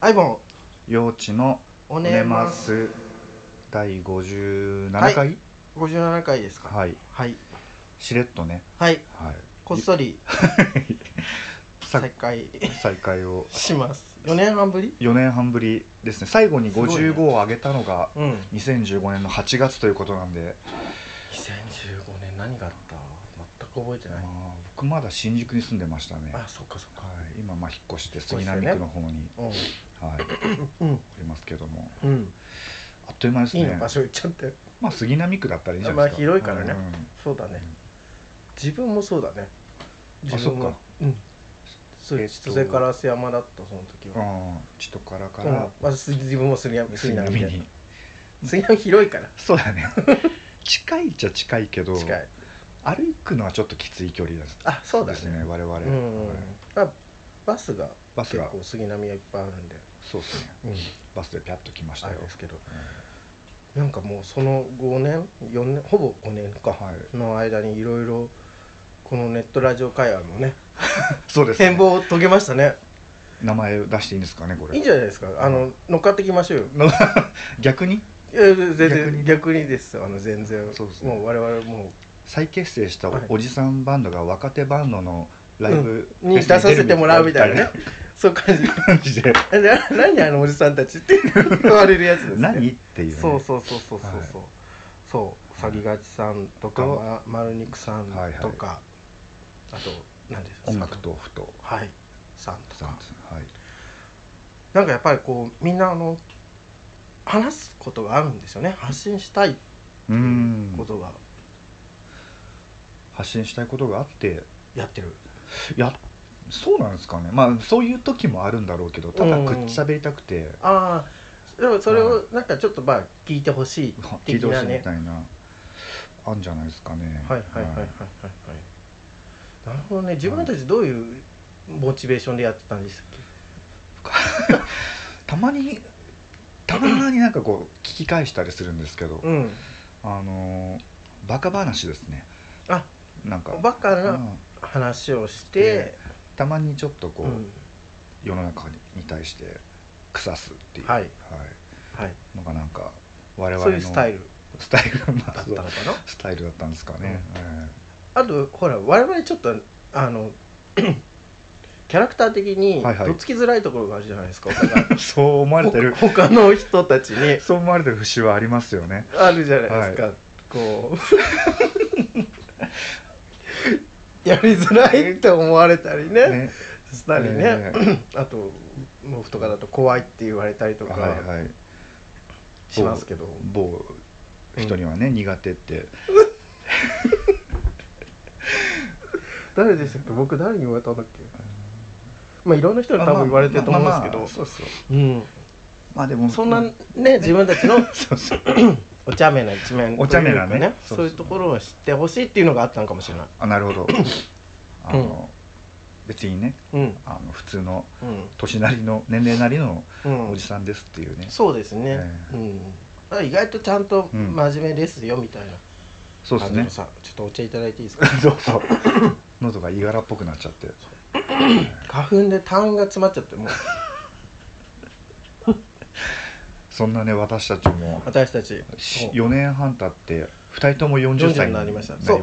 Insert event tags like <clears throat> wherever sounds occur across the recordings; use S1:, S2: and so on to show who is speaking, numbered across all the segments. S1: アイボン、
S2: 幼稚の
S1: お
S2: お
S1: ね
S2: ね
S1: ま。
S2: ますす第57回
S1: は
S2: はいい、
S1: 57回ですか。はい。
S2: しれっとね、
S1: はい。
S2: はい、
S1: こっそり
S2: さ
S1: 再開 <laughs>
S2: 再開を
S1: します。4年半ぶり
S2: 4年半ぶりですね最後に
S1: すごいね
S2: 55を上げたのが
S1: うん。
S2: 2015年の8月ということなんで、
S1: 2015年何があった全く覚えて
S2: ま。あ、僕まだ新宿に住んでましたね、は
S1: あ、そっかそっか。
S2: い、今まあ引っ越して
S1: っ越
S2: 杉
S1: してね
S2: 並区の方に、はい、
S1: うん。
S2: おりますけども
S1: うん。
S2: あっという間です
S1: いいの
S2: ね
S1: 場所言っちゃって。
S2: まあ杉並区だったらいいじゃないです
S1: ま
S2: か
S1: あ広いからね
S2: うん
S1: そうだね。自分もそうだね。自分
S2: あそっ
S1: も
S2: か。
S1: うん。そう
S2: え
S1: で
S2: っと
S1: す。千歳から瀬山だった、その時は。
S2: うん、ちとからか
S1: うん
S2: ら、
S1: まあ、す自分も杉並
S2: 杉
S1: 杉並
S2: 並
S1: で
S2: に
S1: 杉並広いから
S2: そうだね <laughs> 近いっちゃ近いけど
S1: 近い
S2: 歩くのはちょっときつい距離です
S1: あそうだ
S2: ですね
S1: ね
S2: 我々、
S1: うんうん
S2: はい
S1: まあバスが
S2: バス
S1: 結
S2: が
S1: 構杉並はいっぱいあるんで
S2: そうですね
S1: うん
S2: バスでピャッと来まし
S1: あれ
S2: たよ
S1: ですけどなんかもうその5年4年ほぼ5年か、
S2: はい
S1: の間にいろいろこのネットラジオ会話のね
S2: そうです、
S1: 変貌を遂げましたね
S2: 名前出していいんですかねこれ
S1: いいんじゃないですかあの乗っかってきましょうよ
S2: の逆に
S1: いや全然逆
S2: 逆
S1: に
S2: に
S1: ですあの全然
S2: そうですね
S1: もう我々も
S2: 再結成した
S1: はい
S2: おじさんバンドが若手バンドのライブ、
S1: うに出させてもらうみたいなねそういう感じ
S2: 感
S1: <laughs>
S2: じで
S1: えな何あのおじさんたちって言われるやつです、ね、
S2: 何っていう、ね、
S1: そうそうそうそうそうそう、そう
S2: は
S1: さ
S2: い
S1: ぎがちさんとか、
S2: はい
S1: ま、丸肉さんとか、
S2: はいはい
S1: あと何ですか
S2: 音楽豆腐と
S1: はいさんと
S2: さん
S1: か
S2: ですねはい
S1: なんかやっぱりこうみんなあの話すことがあるんですよね発信したいって
S2: う
S1: い
S2: ん
S1: うことが
S2: 発信したいことがあって
S1: やってる
S2: いやそうなんですかねまあそういう時もあるんだろうけどただくっちゃべりたくて、
S1: ああでもそれをなんかちょっとまあ聞いてほしい
S2: 聞い
S1: 的
S2: てほ
S1: な
S2: しい
S1: ね
S2: みたいなあんじゃないですかね
S1: はいはいはいはいはいはいなるほどね自分たちどういうモチベーションでやってたんですっ
S2: たまにたまになんかこう聞き返したりするんですけど
S1: けうん
S2: あのーバカ話ですね
S1: あ
S2: なんか
S1: バカな
S2: うん
S1: 話をして、
S2: たまにちょっとこう、
S1: うん
S2: 世の中に対して腐すっていう
S1: はいはい、
S2: いのがなんか我々の
S1: そういうスタイル
S2: スタイルまあ
S1: だった
S2: そ
S1: の
S2: う
S1: かな
S2: スタイルだったんですかね、え
S1: あとほら我々ちょっとあの <clears throat> キャラクター的に
S2: はいはい
S1: どつきづらいところがあるじゃないです
S2: <laughs>
S1: か、他
S2: えそう思われてる
S1: ほ他の人たちに
S2: そう思われてる節はありますよね
S1: あるじゃないですか、こう <laughs> やりづらいって思われたりね
S2: ね
S1: したりね、
S2: ええ
S1: あと僕とかだと怖いって言われたりと
S2: はい
S1: か
S2: はい
S1: しますけど、
S2: 某人にはね、苦手って
S1: 誰でしたっけ僕誰に言われたんだっけまあいろんな人に多分言われてると思うんですけど、
S2: まあまあまあそうそう
S1: うん、
S2: まあでも
S1: そんな
S2: ま
S1: ね自分たちの
S2: あそうそう
S1: お茶目な一面
S2: お茶目なね
S1: というか
S2: そうそ
S1: そうういうところを知ってほしいっていうのがあったのかもしれない
S2: あなるほ <clears throat> どあの、別にね
S1: うん
S2: あの普通の
S1: うん
S2: 年なりの年齢なりの
S1: うん
S2: おじさんですっていうね、
S1: そうですね、
S2: え
S1: う
S2: え
S1: んだから意外とちゃんと
S2: うん
S1: 真面目ですよみたいな、
S2: そう
S1: あ
S2: で
S1: の
S2: すね
S1: さちょっとお茶いただいていいですか
S2: どうぞ <clears throat> 喉がいがらっぽくなっちゃって
S1: 花粉で痰が詰まっちゃってもう
S2: そんなね私たちも
S1: 私たちもう
S2: 4年半経って2人とも40
S1: 40
S2: 歳
S1: 歳
S2: に
S1: に
S2: な
S1: な
S2: り
S1: り
S2: ま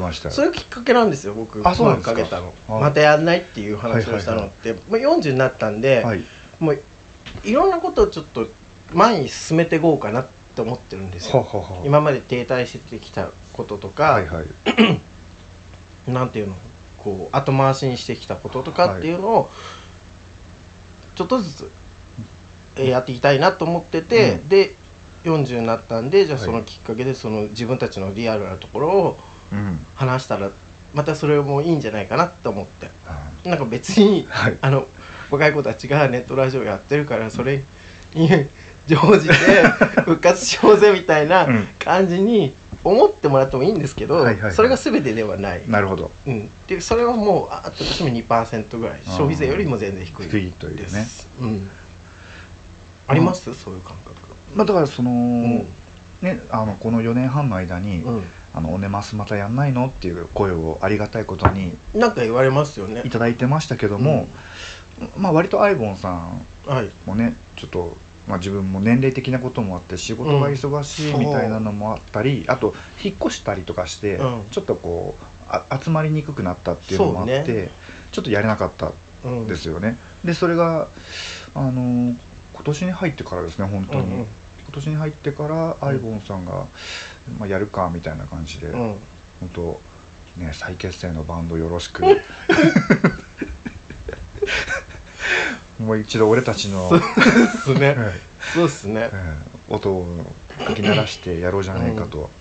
S1: ま
S2: し
S1: したた
S2: よ
S1: そうそれきっかけなんですよ僕
S2: あそうなんですか
S1: 声かけたの
S2: はい
S1: またやんないっていう話をしたのって、もう40になったんで、
S2: はい
S1: もういろんなことをちょっと前に進めていこうかなって思ってるんです
S2: はは
S1: よ
S2: は
S1: 今まで停滞してきたこととか、
S2: はいはい
S1: なんていうのこう後回しにしてきたこととかっていうのをちょっとずつえーやっていきたいなと思ってて、
S2: うん
S1: で40になったんでじゃあ
S2: はい
S1: そのきっかけでその自分たちのリアルなところを
S2: うん
S1: 話したらまたそれもいいんじゃないかなと思って
S2: あ
S1: なんか別に
S2: はい
S1: あの若い子たちがネットラジオやってるからそれに乗じて
S2: <laughs>
S1: 復活しようぜみたいな
S2: うん
S1: 感じに思ってもらってもいいんですけど、
S2: はいはいはい
S1: それが全てではない、
S2: なるほど
S1: うん、でそれはもうあと私も2%ぐらい消費税よりも全然低い
S2: 低いという
S1: で
S2: ね
S1: す、うん、ありますそういう感覚
S2: まあだからその、
S1: うん
S2: ねあのこの4年半の間に、
S1: うん
S2: あのおねますまたやんないのっていう声をありがたいことに
S1: なんか言われますよね
S2: いただいてましたけども、まあ割とアイボンさん
S1: はい
S2: もうねちょっと、まあ、自分も年齢的なこともあって仕事が忙しい
S1: うん
S2: みたいなのもあったり、あと引っ越したりとかして、
S1: うん
S2: ちょっとこうあ集まりにくくなったっていうのもあって、
S1: そう
S2: ちょっとやれなかった
S1: うん
S2: ですよね。でそれがあの今年に入ってからですね本当に、
S1: うんうん
S2: 今年に入ってからアイボンさんが、まあ、やるかみたいな感じで、
S1: <laughs> うん
S2: 本当ね再結成のバンドよろしく <laughs> もう一度俺たちの、はい
S1: そうっすねそうっすね
S2: うん音をかき鳴らしてやろうじゃないかと、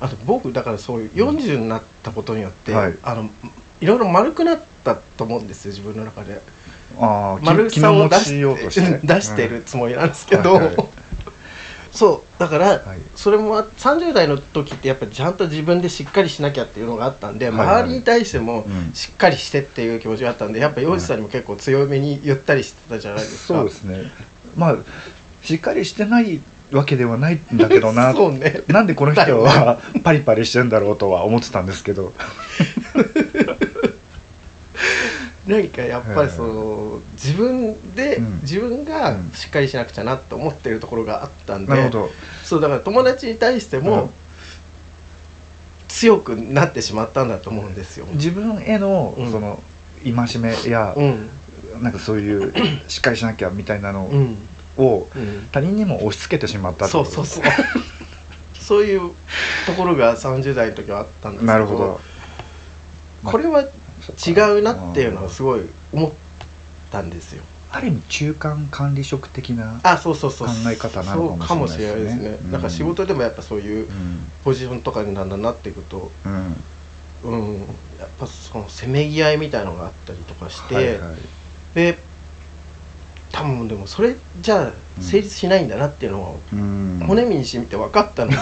S1: あと僕だからそういう40になったことによって、
S2: はい
S1: あのいろいろ丸くなったと思うんですよ自分の中で
S2: ああ
S1: 丸
S2: 気
S1: さを
S2: 持
S1: 出
S2: ちようと
S1: し
S2: してて
S1: 出してるつもりなんですけど、
S2: はいはい
S1: <laughs> そうだから、
S2: はい
S1: それもあ30代の時ってやっぱりちゃんと自分でしっかりしなきゃっていうのがあったんで、
S2: はいはい
S1: 周りに対しても
S2: うん
S1: しっかりしてっていう気持ちがあったんでやっぱ洋治さんにも結構強めに言ったりしてたじゃないですか、
S2: そうですねまあしっかりしてないわけではないんだけどな
S1: そうね
S2: なんでこの人はパリパリしてんだろうとは思ってたんですけど
S1: 何かやっぱりその自分で、
S2: うん
S1: 自分がしっかりしなくちゃなと思ってるところがあったんで
S2: なるほど
S1: そうだから友達に対しても、
S2: うん
S1: 強くなってしまったんだと思うんですよ。
S2: 自分への
S1: うん
S2: その戒めや
S1: うん
S2: なんかそう <clears throat> いうしっかりしなきゃみたいな
S1: う
S2: の
S1: ん
S2: を
S1: うん、
S2: 他人にも押し付けてしまったって
S1: そ
S2: こ
S1: う
S2: と
S1: そう <laughs> そうそういうところが30代の時はあったんですけど
S2: なるほど
S1: これは違うなっていうの
S2: は
S1: はすごい思ったんですよ。
S2: ある意味中間管理職的な
S1: あそうそうそう
S2: 考え方な
S1: そ
S2: の
S1: う
S2: か
S1: か
S2: も
S1: も
S2: し
S1: し
S2: れ
S1: れな
S2: な
S1: いい
S2: で
S1: ですす
S2: ね
S1: ね
S2: うん
S1: だから仕事でもやっぱそういう
S2: うん
S1: ポジションとかにだんだんなっていくと
S2: うん
S1: うんやっぱそのせめぎ合いみたいのがあったりとかして、
S2: はいはい
S1: で多分でもそれじゃあ成立しないんだなっていうのは
S2: うん
S1: 骨身にしみて分かったの
S2: <laughs>
S1: で、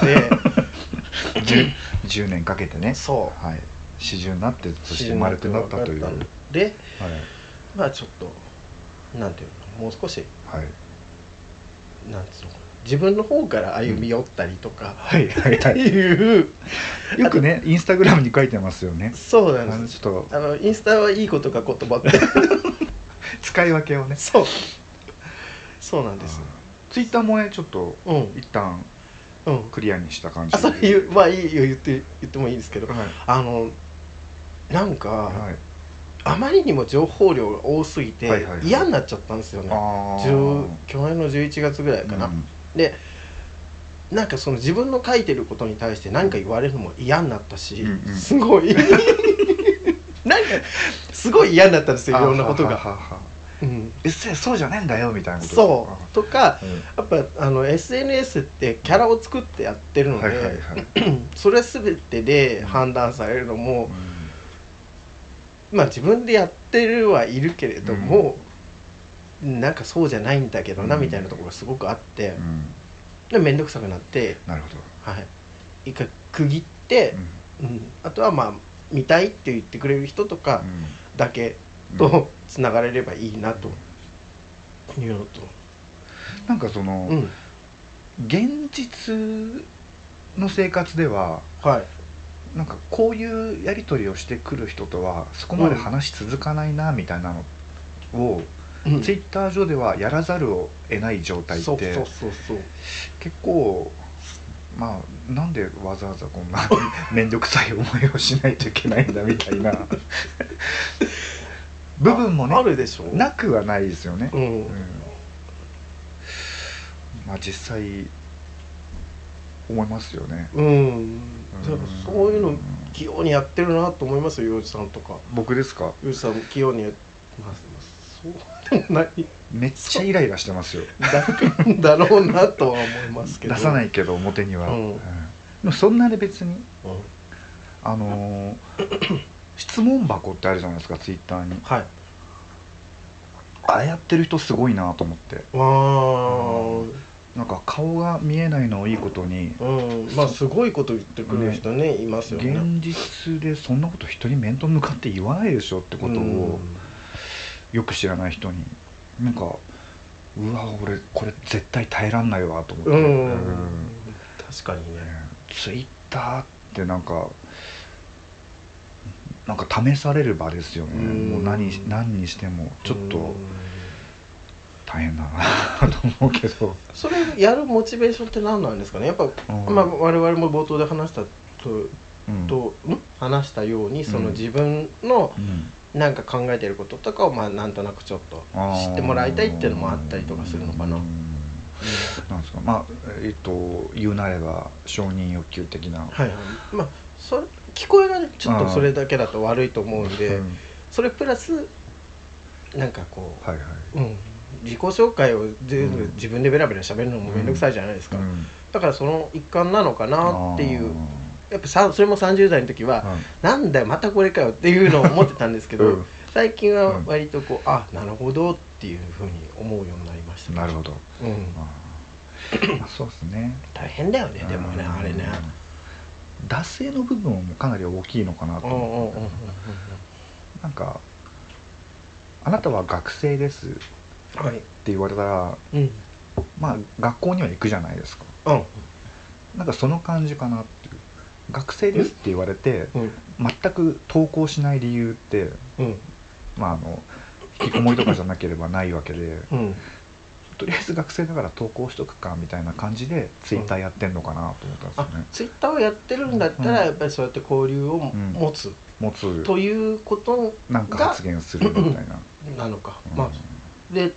S2: 10 10年かけてね
S1: そ
S2: はい四十になって
S1: う
S2: そして丸くなったというはい
S1: でまあちょっとなんていうのもう少し
S2: はい
S1: なんていうのかな自分の方から歩み寄ったりとか、
S2: はいはいは
S1: って
S2: い
S1: いう
S2: よくねインスタグラムに書いてますよね
S1: そう
S2: あ
S1: なん
S2: の
S1: です
S2: ちょっと
S1: あのインスタはいいことか言葉って <laughs>
S2: 使い分けをね
S1: そうそうなんです
S2: ツイッターもねちょっと
S1: うん
S2: 一旦
S1: うん
S2: クリアにした感じ
S1: あそれ言うまあいいよ言って言ってもいいですけど
S2: はい
S1: あのなんか、
S2: はい
S1: あまりにも情報量が多すぎて、
S2: はいはいはい
S1: 嫌になっちゃったんですよね
S2: あ
S1: 10
S2: ー
S1: 去年の11月ぐらいかな、
S2: うん
S1: でなんかその自分の書いてることに対して何か言われるのも嫌になったし、
S2: うんうん
S1: すごい <laughs> なんかすごい嫌になったんですよいろんなこと
S2: あは
S1: が、
S2: はは
S1: うん、
S2: えせそうじゃねえんだよみたいなこと
S1: そうとか
S2: うん
S1: やっぱあの SNS ってキャラを作ってやってるので、
S2: はいはいはい
S1: それ全てで判断されるのも、まあ自分でやってるはいるけれども、なんかそうじゃないんだけどな、
S2: うん
S1: みたいなところがすごくあって
S2: う、ん
S1: で面倒くさくなって、
S2: なるほど
S1: はい、一回区切って
S2: う、ん
S1: うんあとはまあ見たいって言ってくれる人とかだけ
S2: うん
S1: とつながれればいいなというのと、
S2: なんかその、
S1: うん
S2: 現実の生活では
S1: はい、
S2: なんかこういうやり取りをしてくる人とはそこまで話し続かないなみたいなのを、
S1: うん
S2: ツイッター上ではやらざるを得ない状態って
S1: そうそうそうそう
S2: 結構まあなんでわざわざこんな <laughs> 面倒くさい思いをしないといけないんだみ
S1: <laughs>
S2: たいな部分も
S1: あ
S2: ね
S1: るでしょ
S2: なくはないですよね、
S1: う
S2: うんんまあ実際思いますよね
S1: うん、
S2: うん
S1: だからそういうの器用にやってるなと思いますよ洋治さんとか
S2: 僕ですか
S1: 洋治さんも器用にやってますそうでもない
S2: めっちゃイライラしてますよ
S1: だだろうなとは思いますけど、
S2: 出さないいけど表には、
S1: うん
S2: うんでもそんなで別に
S1: うん
S2: あのー <coughs> 質問箱ってあるじゃないですかツイッターに
S1: はい
S2: ああやってる人すごいなと思って
S1: わあ
S2: なんか顔が見えないのをいいことに、
S1: うん、まあすごいこと言ってくる人ねいますよね。
S2: 現実でそんなこと人に面と向かって言わないでしょってことをよく知らない人になんかうわ俺これ絶対耐えらんないわと思って、
S1: うん、う
S2: うんん
S1: 確かにね。
S2: ツイッターってなんかなんか試される場ですよね、
S1: うん
S2: もう何何にしてもちょっと
S1: うん
S2: 大変だなと思うけど
S1: それやるモチベーションって何なんですかねやっぱ、
S2: ん
S1: まあ、我々も冒頭で話したと
S2: うん
S1: と、ん話したようにその
S2: うん
S1: 自分の
S2: うん
S1: なんか考えてることとかをまあなんとなくちょっと
S2: あー
S1: 知ってもらいたいっていうのもあったりとかするのかな、
S2: う
S1: うんん
S2: なんですかまあえっと言うなれば承認欲求的な、
S1: はいはいまあそれ聞こえがねちょっとそれだけだと悪いと思うんで、
S2: うん
S1: それプラスなんかこう、
S2: はいはい
S1: うん、自己紹介を全部
S2: うん
S1: 自分でベラベラ喋るのも面倒くさいじゃないですか、
S2: うん
S1: だからその一環なのかなっていう
S2: あ
S1: やっぱさそれも30代の時は、
S2: ーうん
S1: なんだよまたこれかよっていうのを思ってたんですけど、
S2: <laughs> うん
S1: 最近は割とこう、あなるほどっていうふうに思うようになりました、
S2: なるほど、
S1: ど、うん、<coughs>
S2: あーまあ、そうですね
S1: 大変だよねでもね
S2: うん
S1: あれね
S2: 惰性の部分もかなり大きいのかなと
S1: うんうんうん
S2: 思
S1: う
S2: っ
S1: ん
S2: て
S1: うんうん
S2: なんか「あなたは学生です」って
S1: はい
S2: 言われたら
S1: うんうん
S2: まあ学校には行くじゃないですかなんかその感じかなっていう学生ですって言われて
S1: うん
S2: 全く登校しない理由って
S1: うん
S2: まああの引きこもりとかじゃなければないわけで
S1: うん
S2: とりあえず学生だから登校しとくかみたいな感じでツイッターやってんのかなと思ったんですよ
S1: あ
S2: ね、
S1: ツイッターをやってるんだった
S2: う
S1: ら
S2: ん
S1: やっぱりそうやって交流を持つ
S2: 持つ
S1: ということ
S2: なんか発言するみたいな、
S1: なのか、
S2: うん
S1: まあで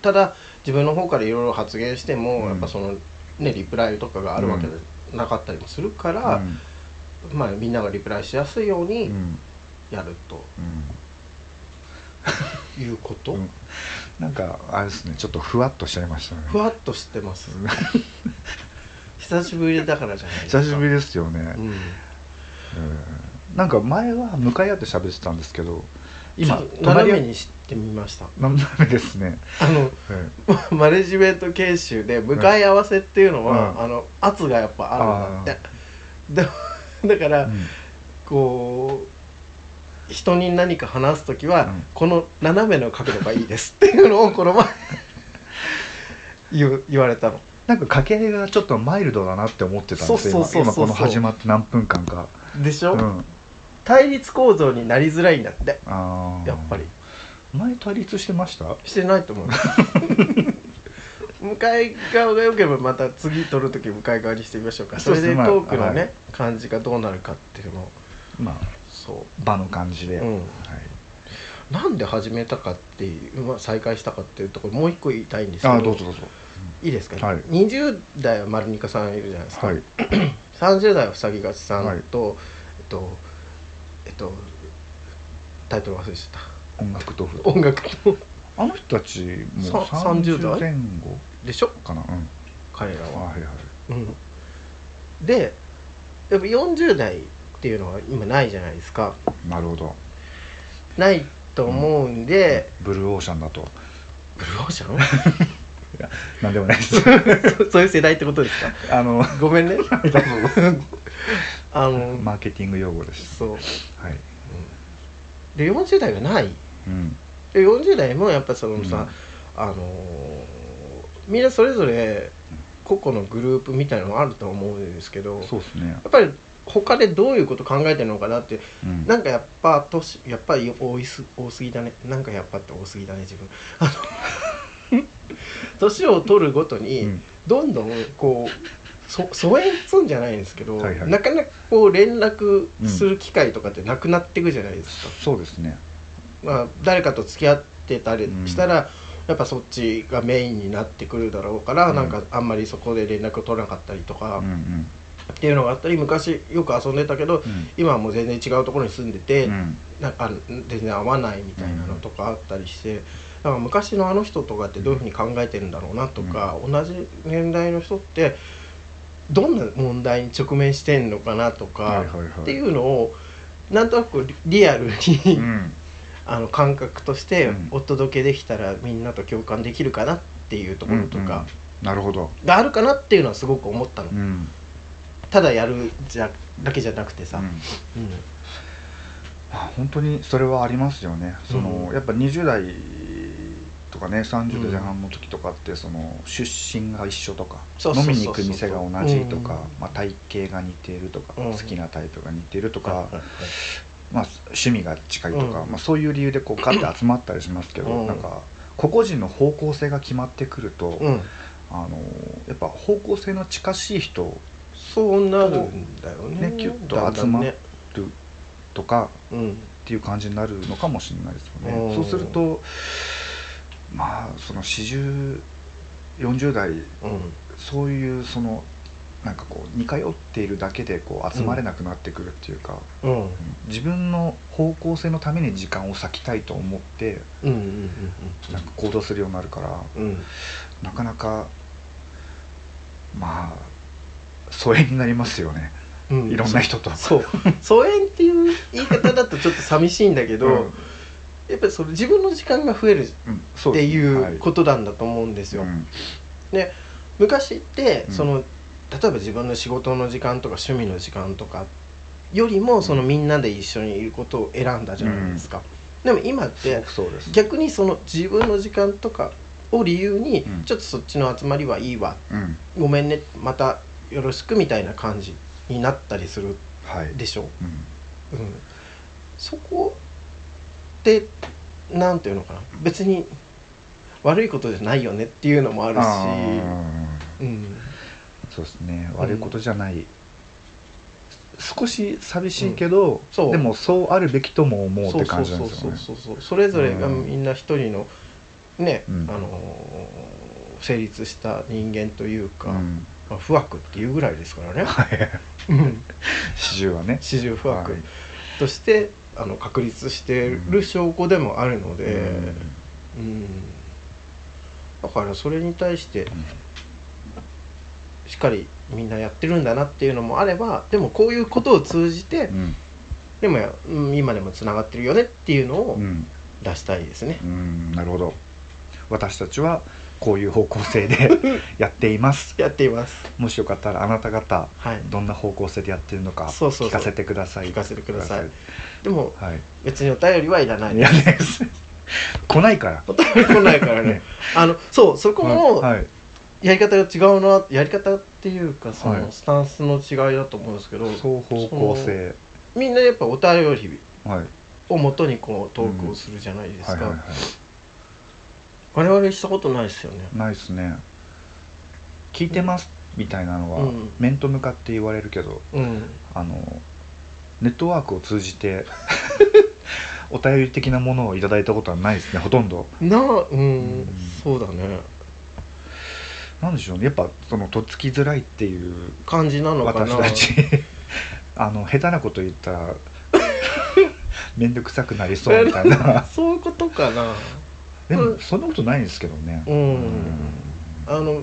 S1: ただ自分の方からいろいろ発言しても、
S2: うん
S1: やっぱそのねリプライとかがあるわけでなかったりもするから、
S2: うん
S1: まあみんながリプライしやすいよう
S2: う
S1: に
S2: ん
S1: やるということ、
S2: うんうんなんかあれですねちょっとふわっとしちゃいましたね
S1: ふわっとしてます <laughs> 久しぶりだからじゃないですか
S2: 久しぶりですよね、
S1: うん、
S2: うんなんか前は向かい合って喋ってたんですけど今
S1: ちょっと斜め
S2: 合っ
S1: にしてみました
S2: 斜めですね、
S1: あの <laughs>
S2: うん
S1: マネジメント研修で向かい合わせっていうのは、
S2: うん
S1: あの圧がやっぱあるんだってだ <laughs> だから、
S2: うん
S1: こう人に何か話す時は、
S2: うん
S1: この斜めの角度がいいですっていうのをこの前 <laughs> 言言われたの
S2: なんか掛け合いがちょっとマイルドだなって思ってたんですよ
S1: そうそうそうそう
S2: 今今この始まって何分間か、
S1: でしょ、
S2: うん、
S1: 対立構造になりづらいんだって
S2: あー
S1: やっぱり
S2: 前対立してました
S1: してない
S2: <laughs>
S1: と思う向かい側が良ければまた次撮る時向かい側にしてみましょうかそ
S2: そうで
S1: れ
S2: すね
S1: で
S2: まあ
S1: トークのね、
S2: はい
S1: 感じがどうなるかっていうのを
S2: まあ
S1: そ
S2: 場の感じで、
S1: うん
S2: はい、
S1: うなんで始めたかっていう、まあ、再開したかっていうところもう一個言いたいんですけ
S2: あ
S1: ど
S2: あどうぞどうぞ、
S1: いいですか、
S2: はい
S1: 20代は丸ニカさんいるじゃないですか、
S2: はい
S1: 30代はふさぎがちさ
S2: はい
S1: んと、えっとえっとタイトル忘れちゃっ
S2: 音楽と
S1: た音楽の
S2: あの人たちもう
S1: さ30
S2: 30
S1: 代
S2: 前後
S1: でしょ
S2: かなうん
S1: 彼らは、
S2: はいはい
S1: うん、でやっぱ40代っていうのは今ないじゃないですか
S2: なるほど
S1: ないと思うんで、
S2: ブルーオーシャンだと
S1: ブルーオーシャン
S2: なんでもないです
S1: <laughs> そそういう世代ってことですか
S2: あの
S1: ごめん <laughs> ねあの、
S2: マーケティング用語です
S1: そう
S2: はい
S1: で40代がない
S2: うん
S1: で40代もやっぱその
S2: うん
S1: さ、あのーみんなそれぞれ個々のグループみたいなのもあると思うんですけどや
S2: そうですね
S1: っぱり他でどういうこと考えてるのかなって
S2: うん
S1: なんかやっぱ年やっぱり多いす多すぎだねなんかやっぱって多すぎだね自分あの <laughs> 年を取るごと
S2: う
S1: に
S2: ん
S1: どんどんこうそ疎遠っつうんじゃないんですけど、
S2: はいはい
S1: なかなかこう連絡する機会とかってなくなっていくじゃないですか、
S2: そうですね
S1: まあ、誰かと付き合ってたりしたら、やっぱそっちがメインになってくるだろうから、
S2: うん
S1: なんかあんまりそこで連絡を取らなかったりと
S2: う
S1: か
S2: んうん
S1: っていうのがあったり昔よく遊んでたけど、
S2: うん
S1: 今はもう全然違うところに住んでて、
S2: うん
S1: なんか全然合わないみたいなのとかあったりして。だから昔のあの人とかってどういうふうに考えてるんだろうなとか、同じ年代の人ってどんな問題に直面してんのかなとか、
S2: はいはいはい
S1: っていうのをなんとなくリリアルに、
S2: うん
S1: あの感覚として
S2: うん
S1: お届けできたらみんなと共感できるかなっていうところとか
S2: うんなるほど
S1: があるかなっていうのはすごく思ったの、
S2: うん
S1: ただやるじゃだけじゃなくてさ、
S2: うん
S1: うん
S2: あ本当にそれはありますよねその、
S1: うん
S2: やっぱ20代とかね30代前半の時とかってその出身が一緒とか
S1: そうそうそう
S2: 飲み
S1: そう
S2: に行く店が同じとか、
S1: うん
S2: まあ、体型が似ているとか、
S1: うん
S2: 好きなタイプが似ていると
S1: は
S2: か
S1: い、はいはい
S2: まあ、趣味が近いとか、
S1: うん
S2: まあ、そういう理由でこうガッて集まったりしますけど、
S1: うん
S2: なんか個々人の方向性が決まってくると、
S1: うん、
S2: あのやっぱ方向性の近しい人
S1: そうなるんだよね
S2: ねキュッ
S1: だん
S2: と
S1: だ
S2: 集
S1: ん
S2: ま
S1: ね
S2: るとか
S1: うん
S2: っていう感じになるのかもしれないですよ
S1: う
S2: ね。
S1: ん
S2: そうするとまあその40 40代
S1: うん
S2: そういうそのなんかこう似通っているだけでこう集まれなくなってくるっていうか、
S1: うん
S2: 自分の方向性のために時間を割きたいと思って
S1: うんうんうん
S2: なんか行動するようになるから
S1: うんうん
S2: なかなかまあ疎遠になりますよね、
S1: うん
S2: いろんな人と。
S1: そう疎遠っていう言い方だとちょっと寂しいんだけど、
S2: うん
S1: やっぱりそれ自分の時間が増えるっ
S2: うんそう
S1: て
S2: ですね
S1: いうことなんだと思うんですよ。
S2: はいうん
S1: 昔って
S2: うん
S1: その、例えば自分の仕事の時間とか趣味の時間とかよりもそのみんなで一緒にいることを選んだじゃないですか。でも今っ
S2: すご
S1: て
S2: くそうです
S1: 逆にその自分の時間とかを理由に
S2: うん
S1: ちょっとそっちの集まりはいいわ
S2: うん
S1: ごめんねまたよろしくみたいな感じになったりする
S2: はい
S1: でしょ
S2: うん
S1: うん、そこってなんていうのかな別に悪いことじゃないよねっていうのもあるし
S2: あ
S1: うん
S2: ーそうですね
S1: うん
S2: 悪いことじゃない、少し寂しいけど、
S1: そう
S2: でもそうあるべきとも思うっ
S1: そう
S2: て
S1: そ
S2: 感
S1: う
S2: じなん
S1: そう
S2: です
S1: そうそ
S2: よね
S1: うそうそれぞれが
S2: うん
S1: みんな一人のね、
S2: うん
S1: あのー成立した人間というか、
S2: うん
S1: まあ、不惑っていうぐらいですからね
S2: はい
S1: うん
S2: 四十はね
S1: 四十不
S2: は
S1: 惑
S2: い
S1: として、あの確立してる証拠でもあるので。うんだからそれに対してしっかりみんなやってるんだなっていうのもあればでもこういうことを通じて
S2: うんうん
S1: でもや、うん今でもつながってるよねっていうのを
S2: うん
S1: 出したいですね
S2: う。んなるほど私たちはこういう方向性
S1: <laughs>
S2: でやっています
S1: やっています。
S2: もしよかったらあなた方
S1: はい、
S2: どんな方向性でやってるのか
S1: そうそうそう
S2: 聞かせてください
S1: 聞かせてくださいでも
S2: はい
S1: 別にお便りはいらない
S2: いや
S1: です。
S2: ね <laughs> 来ないから
S1: お便り来ないからね
S2: <laughs> ね。
S1: あのそうそこも
S2: はい
S1: やり方が違うなやり方っていうかそ
S2: は
S1: の
S2: い
S1: スタンスの違いだと思うんですけど、
S2: 双方向性
S1: みんなやっぱお便り
S2: はい
S1: をもとにこうトークをするじゃないですか。
S2: はいはいは
S1: 我々したことないですよね
S2: いないですね聞いてますみたいなのは、
S1: うん
S2: 面と向かって言われるけど
S1: うん
S2: あのネットワークを通
S1: <laughs>
S2: じてお便り的なものをいただいたことはないですねほとんど
S1: なあうん、
S2: うん
S1: そうだね
S2: なんでしょうねやっぱそのとっつきづらいっていう
S1: 感じなのかな
S2: 私たち <laughs> あの下手なこと言っ
S1: <laughs>
S2: たら面倒くさくなりそうみた
S1: <laughs>
S2: いな
S1: そういうことかな
S2: でもそんなことないんですけどね
S1: うんあの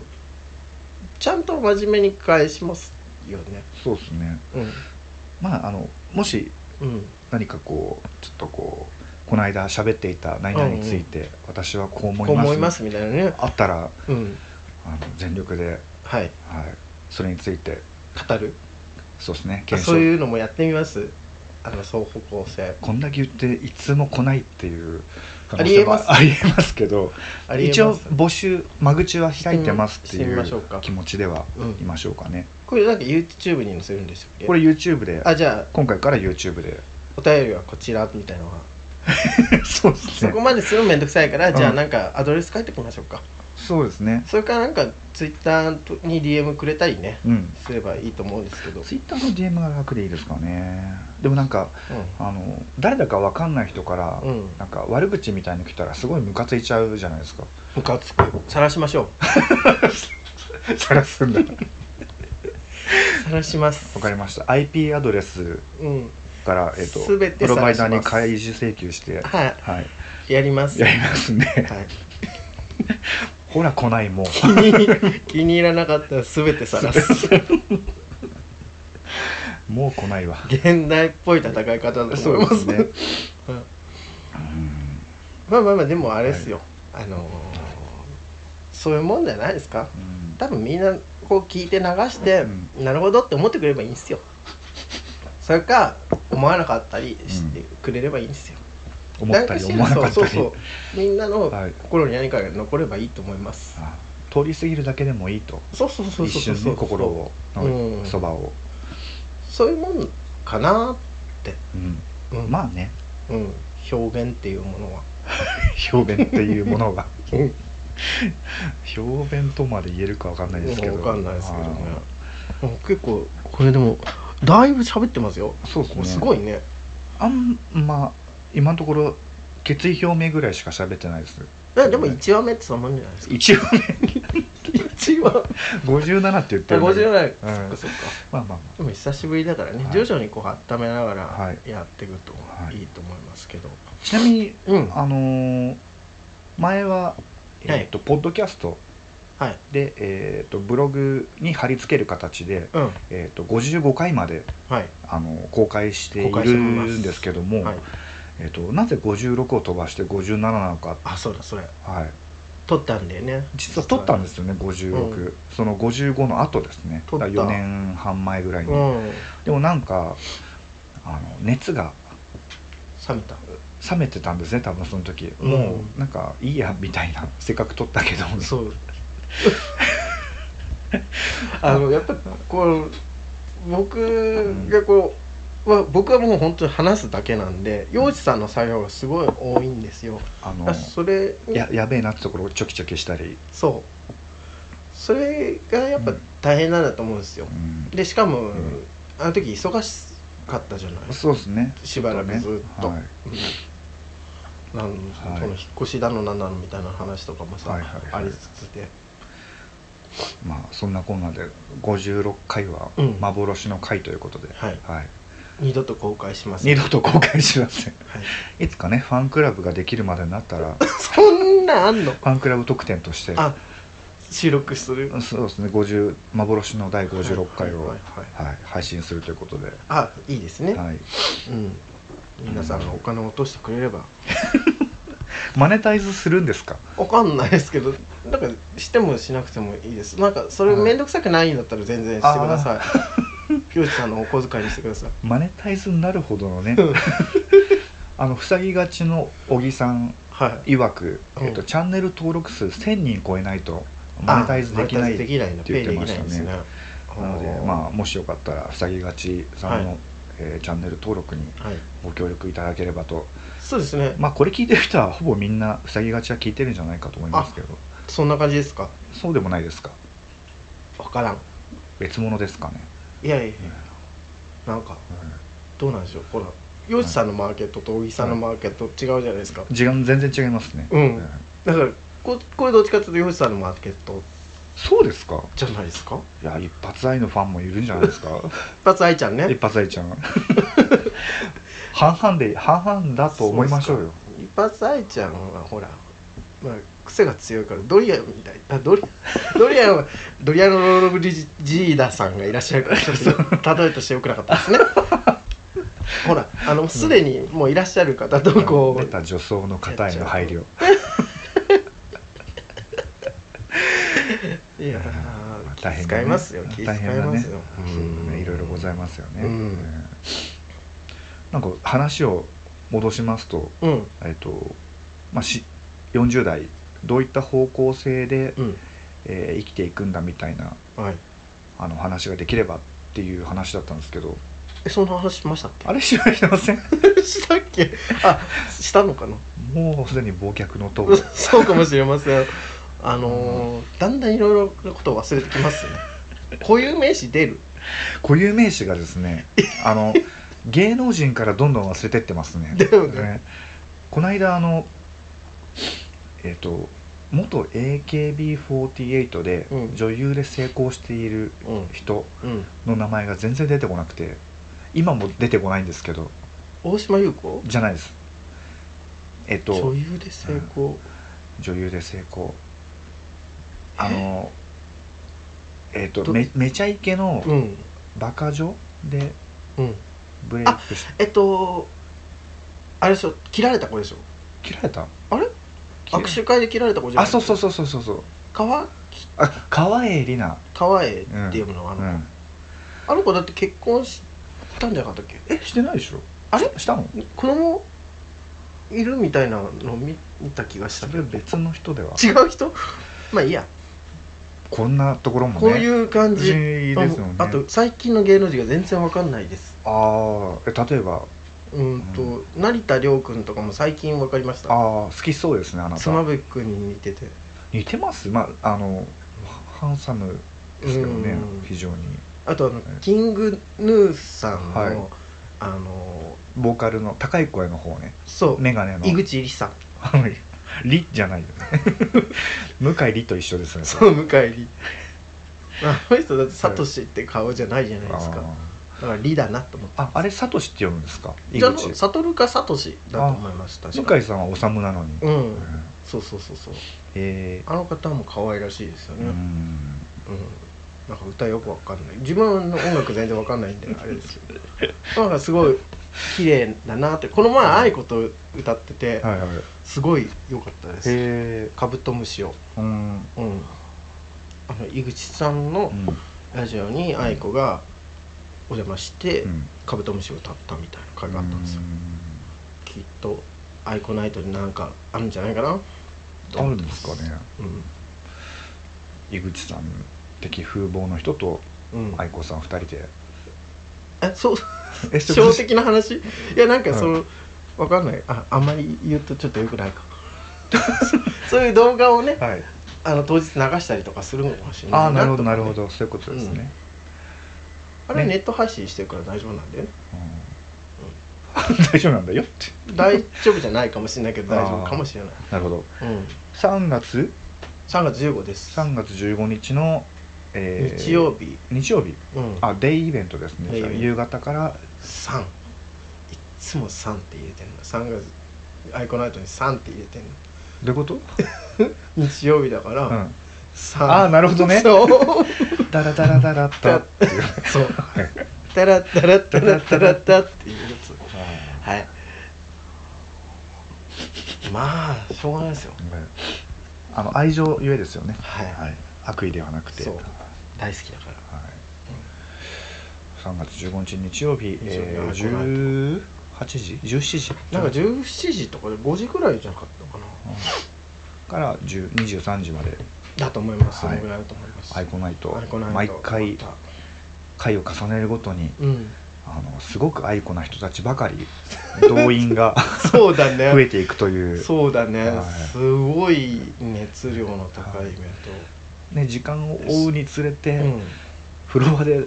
S1: ちゃんと真面目に返しますよね
S2: そうですねまああのもし
S1: うんうん
S2: 何かこうちょっとこうこの間喋っていた何々について、私はこう思
S1: こう
S2: います
S1: 思いますみたいなね
S2: あったら
S1: うん
S2: あの全力で、
S1: はい
S2: はい、それについて
S1: 語る
S2: そうですね
S1: あ
S2: 検証
S1: そういうのもやってみますあの双方向性
S2: こんだけ言っていつも来ないっていう可能
S1: ありえ
S2: 性も
S1: ます
S2: <laughs> ありえますけど
S1: ありえます
S2: 一応募集間口は開いてますって
S1: してみ
S2: い
S1: ましょうか
S2: う気持ちでは
S1: うん
S2: いましょうかね、
S1: これなんか YouTube に載せるんですよ
S2: これ YouTube で
S1: あじゃあ
S2: 今回から YouTube で
S1: お便りはこちらみたいなのは
S2: そうです
S1: <laughs> そこ
S2: ね
S1: までするのめんどくさいから、
S2: うん
S1: じゃあなんかアドレス書いてきましょうか
S2: そうですね
S1: それからなんかツイッターに DM くれたりね
S2: うん
S1: すればいいと思うんですけど、うん、
S2: Twitter の DM が楽でいいですかねでもなんかあの誰だか分かんない人から、
S1: うん
S2: なんか悪口みたいに来たらすごいムカついちゃうじゃないで
S1: <laughs>
S2: すか
S1: ムカつく晒しましょ
S2: さらすんだ
S1: う晒します
S2: わかりました IP アドレス
S1: <laughs> うん
S2: から、えっと
S1: 全て
S2: プロバイ
S1: 探し
S2: ダー
S1: ま
S2: に
S1: す
S2: 開示請求して、
S1: はい
S2: はい、
S1: やります
S2: やりますね、
S1: はい、
S2: ほら来ないもう
S1: 気 <laughs> に気に入らなかったら全て晒す <laughs>
S2: もう来ないわ
S1: 現代っぽい戦い方だと思いますねうんまあまあまあでもあれですよ、あのーそういうもんじゃないですか
S2: うん
S1: 多分みんなこう聞いて流して、なるほどって思ってくれればいいんですよそれか思わなかったりしてくれればいいんですよ、
S2: 思ったり思わなかったり
S1: そうそうそうみんなの
S2: はい
S1: 心に何かが残ればいいと思います、
S2: あ通り過ぎるだけでもいいと
S1: そうそうそうそう
S2: 一
S1: そう
S2: 瞬ね心を
S1: うん
S2: そばを、
S1: そういうもんかな、
S2: うん
S1: うん
S2: まあね
S1: うん、表現っていうものは
S2: 表現っていうものが
S1: うん
S2: 表弁とまで言えるかわかんないですけど
S1: わかんないですけどねもう結構これでもだいぶ喋ってますよ
S2: あーそうですね
S1: すごいね
S2: あんまあ今のところ決意表明ぐらいしか喋ってないです
S1: えでも1話目ってそんなんじゃないですか
S2: 一 <laughs> 応ね
S1: 1話
S2: 57って言ってるんだけど
S1: 50代、
S2: うん
S1: そっかそっか
S2: まあまあま
S1: でも久しぶりだからね、
S2: はい
S1: 徐々にこう温めなが
S2: は
S1: ら
S2: い
S1: やっていくと
S2: はい
S1: いいと思いますけど、
S2: あちなみに
S1: うんは
S2: あのー前は、え
S1: はい
S2: ーとポッドキャスト
S1: い
S2: で、えー、とブログに貼り付ける形で、
S1: うん
S2: えー、と55回まで、
S1: はい
S2: あのー公開してい
S1: 公開して
S2: る
S1: おります
S2: んですけども、
S1: はい
S2: えー、となぜ56を飛ばして57なのか、
S1: あそうだそれ
S2: はい、
S1: 撮ったんだよね
S2: 実は撮ったんですすよね56、
S1: う
S2: その55の後ですね
S1: 撮った
S2: 4年半前ぐらいに、
S1: うん
S2: でもなんかあの熱が
S1: 冷めた
S2: 冷めてたんですね多分その時、
S1: うん
S2: もうなんかいいやみたいなせっかく撮ったけど
S1: そう
S2: <laughs>
S1: あのやっぱこう僕がこう、は僕はもう本当に話すだけなんで洋治さんの作業がすごい多いんですよ、
S2: あの
S1: だそれに
S2: ややべえなってところをチョキチョキしたり、
S1: そうそれがやっぱ大変なんだと思うんですよ
S2: う、ん
S1: でしかも、
S2: ん
S1: あの時忙しかったじゃない
S2: そうですね
S1: しばらくずっと、
S2: はい
S1: うんなん
S2: はい
S1: この引っ越しだのなんなのみたいな話とかもさ、
S2: はいはい
S1: あ
S2: はい
S1: りつつで
S2: まあそんなこんなで56回は
S1: うん
S2: 幻の回ということで、
S1: はい二度と公開します
S2: 二度と公開しません <laughs>
S1: はい、
S2: いつかねファンクラブができるまでになった
S1: <laughs>
S2: らフ
S1: そんなんあんの
S2: ァンクラブ特典として
S1: あ収録する
S2: そうですね50幻の第56回
S1: は
S2: を、はいい
S1: はいはい
S2: 配信するということで、
S1: あいいですね、
S2: はい、
S1: うん皆さんがお金を落としてくれれば
S2: マネタイズするんですか
S1: わかんないですけどなんかしてもしなくてもいいですなんかそれ
S2: はい
S1: 面倒くさくないんだったら全然してくださ <laughs> いピョーチさんのお小遣いにしてください
S2: マネタイズになるほどのね
S1: うん
S2: <laughs> あの塞ぎがちの小木さん
S1: はい
S2: 曰く、
S1: うん
S2: えっと、チャンネル登録数1000人超えないとマネタイズできない
S1: あマネタイズできないんだ
S2: って
S1: ペ
S2: 言
S1: イ
S2: って
S1: でき
S2: ま
S1: な
S2: し
S1: い
S2: た
S1: んで
S2: ね
S1: すね
S2: なのでまあもしよかったら塞ぎがちさんの、
S1: はい
S2: えーチャンネル登録に
S1: あはい
S2: ご協力いただければと
S1: そうですね
S2: まあこれ聞いてる人はほぼみんな塞ぎがちは聞いてるんじゃないかと思いますけど
S1: そんな感じですか
S2: そうでもないですか
S1: わからん
S2: 別物ですかね、
S1: いやいやなんかどうなんでしょうほらヨシさんのマーケットと小木さんのマーケット違うじゃないですか
S2: 時間全然違いますね、
S1: うんだからここれどっちかっていうとヨシさんのマーケット
S2: そうですか
S1: じゃないですか
S2: いや一発愛のファンもいるんじゃないですか
S1: 一発愛ちゃんね
S2: 一発愛ちゃん <laughs> 半々で半々だと思いましょうよ
S1: そうっすか一発愛ちゃんはほら、まあ、癖が強いからドリアンみたいあドリドリアンは <laughs> ドリアンのロールブリジーダさんがいらっしゃるからちょっ
S2: <laughs>
S1: と例えとしてよくなかったですねほらあのすでにもういらっしゃる方とこう、
S2: 出た女装の方への配慮
S1: いや
S2: まあ
S1: ー、
S2: 大変だ
S1: 使
S2: ね
S1: いますよ気使
S2: 大
S1: い
S2: 変だ
S1: ま
S2: ね
S1: すよ、
S2: そうねいろいろござい
S1: す
S2: ますよね、
S1: うん
S2: うんなんか話を戻しますと
S1: うん
S2: えっとまあし40代どういった方向性で、
S1: うん
S2: えー生きていくんだみたいな
S1: はい
S2: あの話ができればっていう話だったんですけど
S1: えそんな話しましたっけ
S2: あれ知られてません
S1: <laughs> したっけあしたのかな
S2: もうすでに忘却の塔
S1: <laughs> そうかもしれませんあのーだんだんいろいろなことを忘れてきますね固有名詞出る
S2: 固有名詞がですねあの芸能人からどんどん忘れてってますね
S1: だよね
S2: この間あのえっ、と元 AKB48 で
S1: うん
S2: 女優で成功している
S1: うん
S2: 人
S1: うん
S2: の名前が全然出てこなくて今も出てこないんですけど
S1: 大島優子
S2: じゃないですえっ、
S1: 女
S2: と
S1: 優で成功
S2: 女優で成功あのえっ、と
S1: ど
S2: めめちゃイケの
S1: うん
S2: バカ女で
S1: うん
S2: ブレイクして
S1: えっとあれでしょ切られた子でしょ
S2: 切られた
S1: あれ
S2: 切ら
S1: 握手会で切られた子じゃ
S2: あ
S1: ない
S2: そうそう
S1: う
S2: そうそうそうそう
S1: 川
S2: あ川栄里奈
S1: 川栄っていうのはあの,、
S2: うん
S1: あの子だって結婚したんじゃなかったっけ
S2: えしてないでしょ
S1: あれ
S2: したの
S1: 子供いるみたいなの見見た気がした
S2: そ
S1: け
S2: れ
S1: ど
S2: 別の人では
S1: 違う人まあいいや
S2: こんなところもね
S1: こういう感じ、
S2: いいですよね
S1: あと最近の芸能人が全然わかんないです
S2: ああえ例えば
S1: うんと成田凌君とかも最近分かりました
S2: ああ好きそうですねあなた
S1: 妻夫木君に似てて
S2: 似てますまああのハンサムですけどね
S1: うん
S2: 非常に
S1: あとあのキングヌーさんの、
S2: はい
S1: あの
S2: ボーカルの高い声の方ね
S1: そう
S2: メガネの
S1: 井口理さ
S2: あのリじゃないよね <laughs> 向井リと一緒ですね
S1: んそう向井
S2: <laughs>
S1: 理あの人だってサトシって顔じゃないじゃないですか、
S2: あ
S1: だから理だなと思って
S2: ーああれサトシって読むんですか井
S1: じゃあ
S2: 口
S1: 悟かサトシだと思いました
S2: 向井さんは修なのに、
S1: う
S2: うんん
S1: そうそうそうそう
S2: え
S1: あの方も可愛らしいですよ
S2: ー、う
S1: ね、うん
S2: ん
S1: なんか歌よくわかんない自分の音楽全然わかんないんであれですけどなんかすごい綺麗だなってこの前愛子と歌ってて
S2: はいはいへ
S1: すごい良かったです
S2: え
S1: カブトムシを、
S2: うん、うん、
S1: うん、あの井口さんのラジオに愛子がお邪魔して
S2: うん
S1: カブトムシを歌ったみたいな回があったんですよ
S2: う
S1: きっと愛子ナイトになんかあるんじゃないかなと
S2: んあ
S1: 思
S2: る
S1: っ
S2: ん
S1: てま
S2: ですかね
S1: う
S2: 井口さん的風貌の人と
S1: ん、うん、
S2: 愛子さん二人で
S1: えそう
S2: <laughs> え
S1: 小的な話いやなんかその、
S2: う
S1: わかんないああんまり言うとちょっとよく
S2: <laughs>
S1: ないかそういう動画をね
S2: はい
S1: あの当日流したりとかするのかもしれない
S2: ああなるほどなる
S1: とか
S2: ほ
S1: ね
S2: どそういうことですね、
S1: あれ
S2: ね
S1: ネット配信してるから大丈夫なんだよね
S2: うん <laughs> 大丈夫なんだよって
S1: 大丈夫じゃないかもしれないけど大
S2: <laughs>
S1: 丈夫かもしれない、
S2: なるほど
S1: うん、
S2: 3月
S1: 3月15です
S2: 3月15日の、えー
S1: 日曜日、
S2: 日曜日
S1: うん、
S2: あデイイベントですね
S1: デイイベント
S2: じゃあ夕方から
S1: 3いっつも3って入れてんの3月アイコンナイトに3って入れてん
S2: どういうこと、
S1: の日曜日だから、
S2: うん、
S1: 3
S2: あーなるほどね
S1: そう
S2: ダラダラダラっとっていう
S1: そう。タラッタラッタラッタラッタっていうやつ。
S2: あ
S1: はい。まあ、しょうがないですよ。
S2: ーうんあの愛情ゆえですよね
S1: はい
S2: はい、悪意ではなくて
S1: そう大好きだから。
S2: はい、3月15日日曜日、え
S1: いいですよ
S2: ー、18時17時
S1: なんか17時とかで5時ぐらいじゃなかったかな。
S2: から10 23時まで
S1: だと思います。そ
S2: はい
S1: のぐらいだと思います。
S2: アイコンナイト
S1: アイコンナイト
S2: 毎回
S1: ま
S2: 回を重ねるごとに
S1: たうん。
S2: あのすごくアイコな人たちばかり動員が
S1: <laughs> そうだ
S2: 増
S1: ね。
S2: えていくという、
S1: そうだね
S2: はい。
S1: すごい熱量の高いイベン
S2: ね、時間を追うにつれて、
S1: ト。うん。
S2: フロアで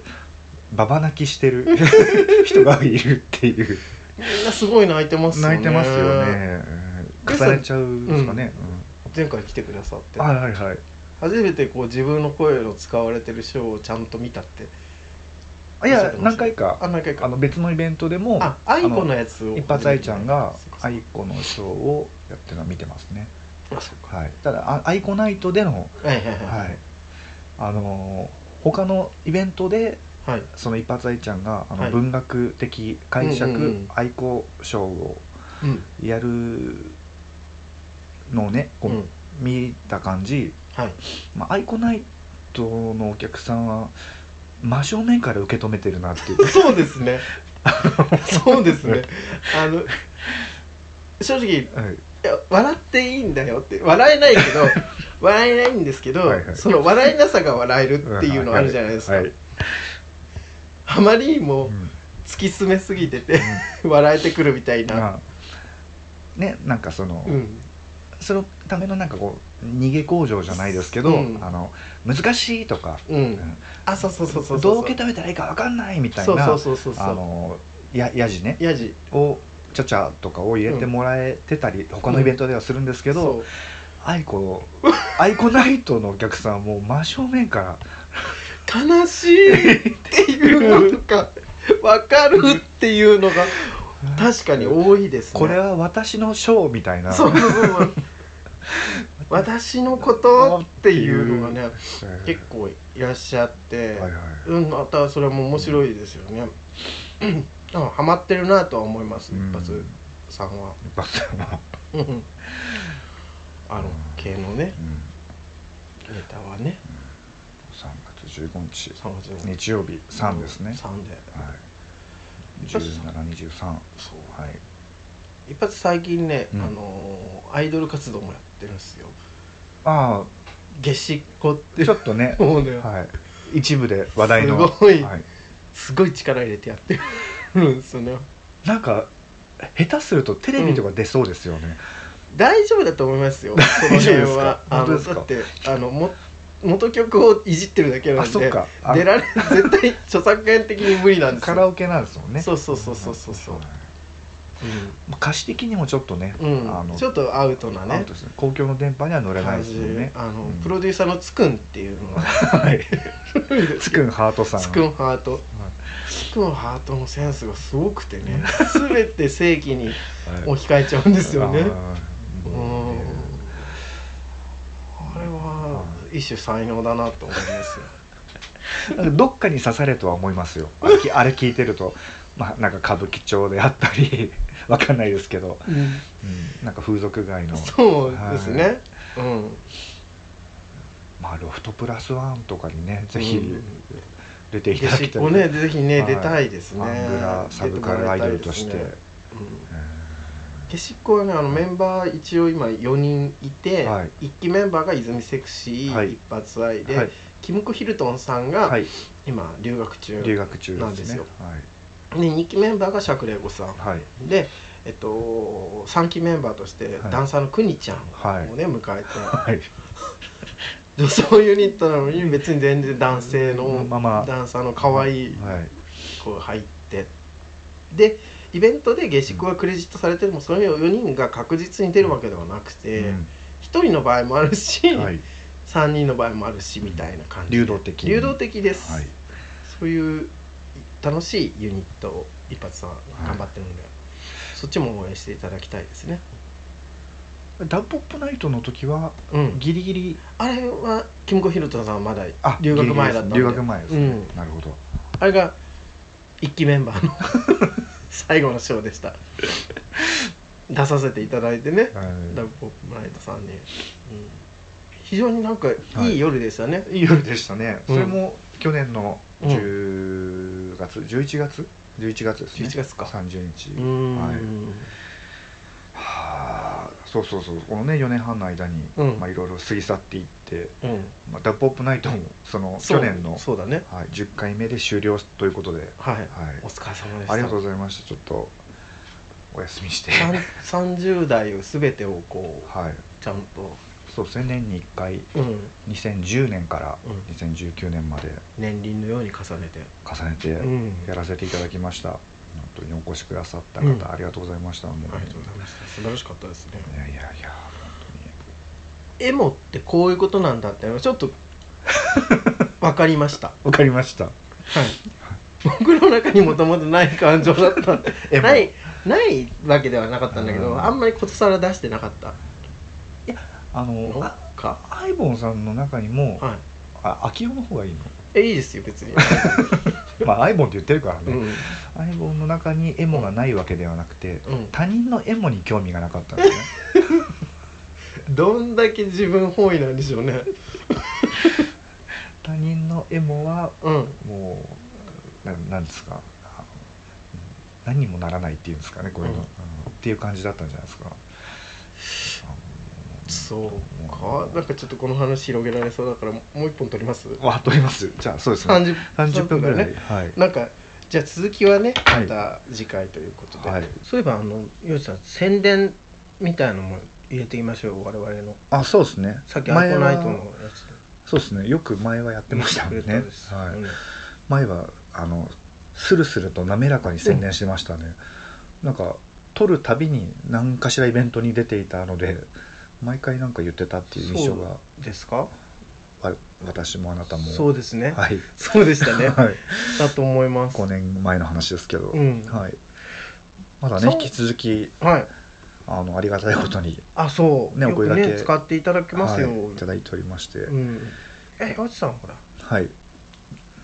S2: ババ泣きしてる <laughs> 人がいるっていう
S1: みんなすごい泣いてますよね。
S2: 泣いてますよ。ね、うん重ねちゃうんですかね、
S1: 前回来てくださって
S2: うん。はいはいはい
S1: 初めてこう自分の声を使われてるショーをちゃんと見たって
S2: あい
S1: おっしゃっ
S2: や
S1: てまし
S2: 何
S1: た
S2: 回か
S1: あ何回か
S2: あの別のイベントでも
S1: あアイコの
S2: あ
S1: やつを
S2: の一発愛ちゃんが
S1: そっか
S2: 愛子のショーをやってるのは見てますね、
S1: あそっか
S2: はい、ただあ愛子ナイトでの、
S1: はいはいはい
S2: はい、あのー他のイベントで
S1: はい
S2: その一発愛ちゃんがあ
S1: は
S2: の
S1: い
S2: 文学的解
S1: うんうんう
S2: 釈
S1: ん
S2: 愛子ショーを
S1: うん
S2: やるのをねこう
S1: うん
S2: 見た感じ、
S1: はい
S2: まあ、愛子ナイトのお客さんは真正面から受け止めてる
S1: <laughs>
S2: なっていう
S1: そうです
S2: <laughs>
S1: ねそうですねあの正直い
S2: はい
S1: や笑っていいんだよって笑えないけ
S2: <laughs>
S1: ど笑えないんですけど
S2: はいはい
S1: その笑えなさが笑えるっていうのあるじゃないですか、
S2: はい
S1: あまりにも
S2: うん
S1: 突き詰めすぎてて笑えてくるみたいな、
S2: まあねなんかその、
S1: うん
S2: そのためのなんかこう逃げ工場じゃないですけど、
S1: うん
S2: あの難しいとか、
S1: うん
S2: うん
S1: あそうそうそうそうそう
S2: どう受け止めたらいいか分かんないみたい
S1: そう
S2: な
S1: そうそうそうそう
S2: あのややじね
S1: やじ
S2: をちゃちゃとかを入れてもらえてたり、他のイベントではするんですけど、
S1: そう
S2: 愛子愛子ナイトのお客さんはもう真正面から
S1: 悲しいっていうのと
S2: <laughs>
S1: か分かるっていうのが確かに多いですね
S2: これは私のショーみたいな
S1: そうそうそう私のことっていうのがね
S2: うん
S1: 結構いらっしゃって、
S2: はいはい
S1: うんまたそれも面白いですよね、うん、あハマってるなとは思います
S2: うん
S1: 一発さんは、
S2: 一発は
S1: うんあの系のね
S2: うん
S1: ネタはね
S2: 3月15日
S1: 3月の
S2: 日曜日3ですね、
S1: 3で
S2: はい、1723は
S1: そう
S2: い
S1: 一発最近ね、
S2: うん
S1: あのーアイドル活動もやってるんですよ
S2: あ
S1: 下しこって
S2: あちょっとね、
S1: もうね、
S2: はい、一部で話題の
S1: すごい
S2: はい、
S1: すごい力入れてやってるんですよね
S2: なんか下手するとテレビとか出そうですよね、
S1: 大丈夫だと思いますよこの辺はあ
S2: <laughs> 大丈夫
S1: の
S2: ですか
S1: だっ
S2: 本
S1: てあのも元曲をいじってるだけな
S2: あ
S1: ん
S2: そっ
S1: で
S2: かあ
S1: 出られ <laughs> 絶対著作権的に無理なんです
S2: カ
S1: よ
S2: ラオケなんですもんね
S1: そうそうそうそうそうそう
S2: はいまあ歌詞的にもちょっとね、
S1: うん、
S2: あの
S1: ちょっとアウトな
S2: アウ
S1: ね
S2: トですね公共の電波には乗れない
S1: 感
S2: です
S1: じ
S2: よね
S1: あの、
S2: うん
S1: プロデューサーのつくんっていう
S2: <laughs>
S1: のが
S2: はい
S1: <laughs>
S2: つくんハートさん
S1: つくんハートつくんハートのセンスがすごくてね全て正規に
S2: はい
S1: 置き換えちゃうんですよね
S2: あ
S1: う
S2: ー
S1: ん
S2: ね
S1: あれは一種才能だなと思いますよ
S2: なんかどっかに刺されとは思いますよあれきあれ聞いてると、まあ、なんか歌舞伎町であったり <laughs> わかんないですけど、うんなんか風俗街の、
S1: そうですね、うん
S2: まあ、ロフトプラスワンとかにねぜ
S1: う
S2: ひ
S1: ん
S2: 出てい
S1: 弟
S2: ただ
S1: 子
S2: き
S1: った子
S2: い、
S1: ねぜひね、
S2: はい
S1: 出たいですね
S2: アングラサブカルアイドルとし
S1: 出
S2: て、
S1: てもらいたいですね
S2: うん
S1: うん弟子っ子はねあのメンバー一応今4人いて、
S2: はい
S1: 一期メンバーが泉セクシー、
S2: はい
S1: 一発愛で、
S2: はい、
S1: キムコヒルトンさん
S2: は
S1: が
S2: い、
S1: 今留学中、
S2: 留学中
S1: なん
S2: で
S1: ですす
S2: ね
S1: よで2期メンバーがシャクレゴさん、
S2: はい
S1: で、えっと、3期メンバーとして
S2: はい
S1: ダンサーのくにちゃん
S2: はい
S1: をね、迎えて
S2: はい、
S1: 女装ユニットなのに別に全然男性の、
S2: まあまあ
S1: ダンサーの可愛い
S2: はい、
S1: こう入ってでイベントで下宿はクレジットされてもその4人が確実に出るわけではなくて、1人の場合もあるし、
S2: うんはい、
S1: 3人の場合もあるしみたいな感じで
S2: 流動的に
S1: 流動的です、
S2: はい、
S1: そういう楽しいユニットを一発さん頑張ってるので、そっちも応援していただきたいですね
S2: ダンポップナイトの時は
S1: うん
S2: ギリギリ
S1: あれはキムコヒルトンさんはまだ
S2: あ
S1: 留学前だったんで
S2: ギリギリです留学前です、ね
S1: うん
S2: なるほど
S1: あれが一期メンバーの <laughs> 最後のショーでした出させていただいてね
S2: は
S1: ラブポップライトさんに、うん非常になんか
S2: は
S1: い
S2: いい
S1: い夜でしたね、
S2: いい夜でしたね、
S1: うん
S2: それも去年の10月11月11月ですね
S1: 11月か
S2: 30日
S1: うーん、
S2: はいはあそうそうそうこのね4年半の間に、
S1: うん
S2: まあいろいろ過ぎ去っていって、
S1: うん
S2: まあ、ダップオップナイトもその
S1: そう
S2: 去年の、
S1: そうだね
S2: はい、10回目で終了ということで、
S1: はい、
S2: はい
S1: お疲れ様でした
S2: ありがとう
S1: う
S2: ございましたちょっとお休みして
S1: 30代を全てをこう
S2: はい
S1: ちゃんと、
S2: そうですね年に1回
S1: うん、
S2: 2010年から
S1: うん
S2: 2019年まで
S1: 年輪のように重ねて
S2: 重ねて
S1: うん
S2: やらせていただきました、本当にお越しくださった
S1: うん
S2: 方ありがとうございました、も
S1: ありがとうございました素晴らしかったですね
S2: いやいやいや
S1: エモってこういうことなんだってのがちょっと <laughs> 分かりました
S2: わかりました
S1: はい僕の中にもともとない感情だ <laughs> ったんで
S2: エモ
S1: ないないわけではなかったんだけ
S2: う
S1: ど
S2: ん
S1: あんまりことさら出してなかった
S2: あの
S1: の
S2: あ
S1: か
S2: アイボンさんの中にも、
S1: は
S2: あ秋代の方がいいの
S1: いえいいですよ <laughs> 別に、
S2: まあアイボンって言ってるから
S1: う
S2: ね、
S1: ん
S2: アイボンの中にエモがないわけではなくて、
S1: うん
S2: 他人のエモに興味がなかったんです
S1: <laughs>
S2: ね
S1: どんだけ自分本位なんでしょうね
S2: 他人のエモは
S1: うん
S2: もうななんですかあの何にもならないっていうんですかねこういう
S1: う
S2: の、
S1: ん
S2: あのっていう感じだったんじゃないですか
S1: そうかなんかちょっとこの話広げられそうだからもう一本取ります
S2: わ取りますじゃあそうですね
S1: 30
S2: 30分ぐらい、
S1: だね
S2: はい
S1: なんかじゃあ続きはね
S2: はい
S1: また次回ということで、
S2: はい
S1: そういえばあのヨウジさん宣伝みたいのも入れてみましょう我々の
S2: あそうですね
S1: さっきアイコンナイト
S2: 前は
S1: のやつで
S2: そうですねよく前はやってましたもんね、
S1: くれんです
S2: はい
S1: うん
S2: 前はあのスルスルと滑らかに宣伝してましたね、なんか撮るたびに何かしらイベントに出ていたので毎回なんか言ってたっていう印象が
S1: そうですか
S2: わ私もあなたも
S1: そうですね、
S2: はい、
S1: そうでしたね
S2: はい、
S1: だと思います
S2: 5年前の話ですけど、
S1: うん
S2: はい、まだ
S1: そ
S2: ね
S1: う
S2: 引き続き
S1: はい
S2: あのありがたいことに、
S1: あそう、
S2: ね
S1: よく
S2: お声
S1: ね
S2: 掛け
S1: 使っていただきますよ、
S2: はい、いただいておりまして、
S1: うんえヨウジさんほら
S2: はい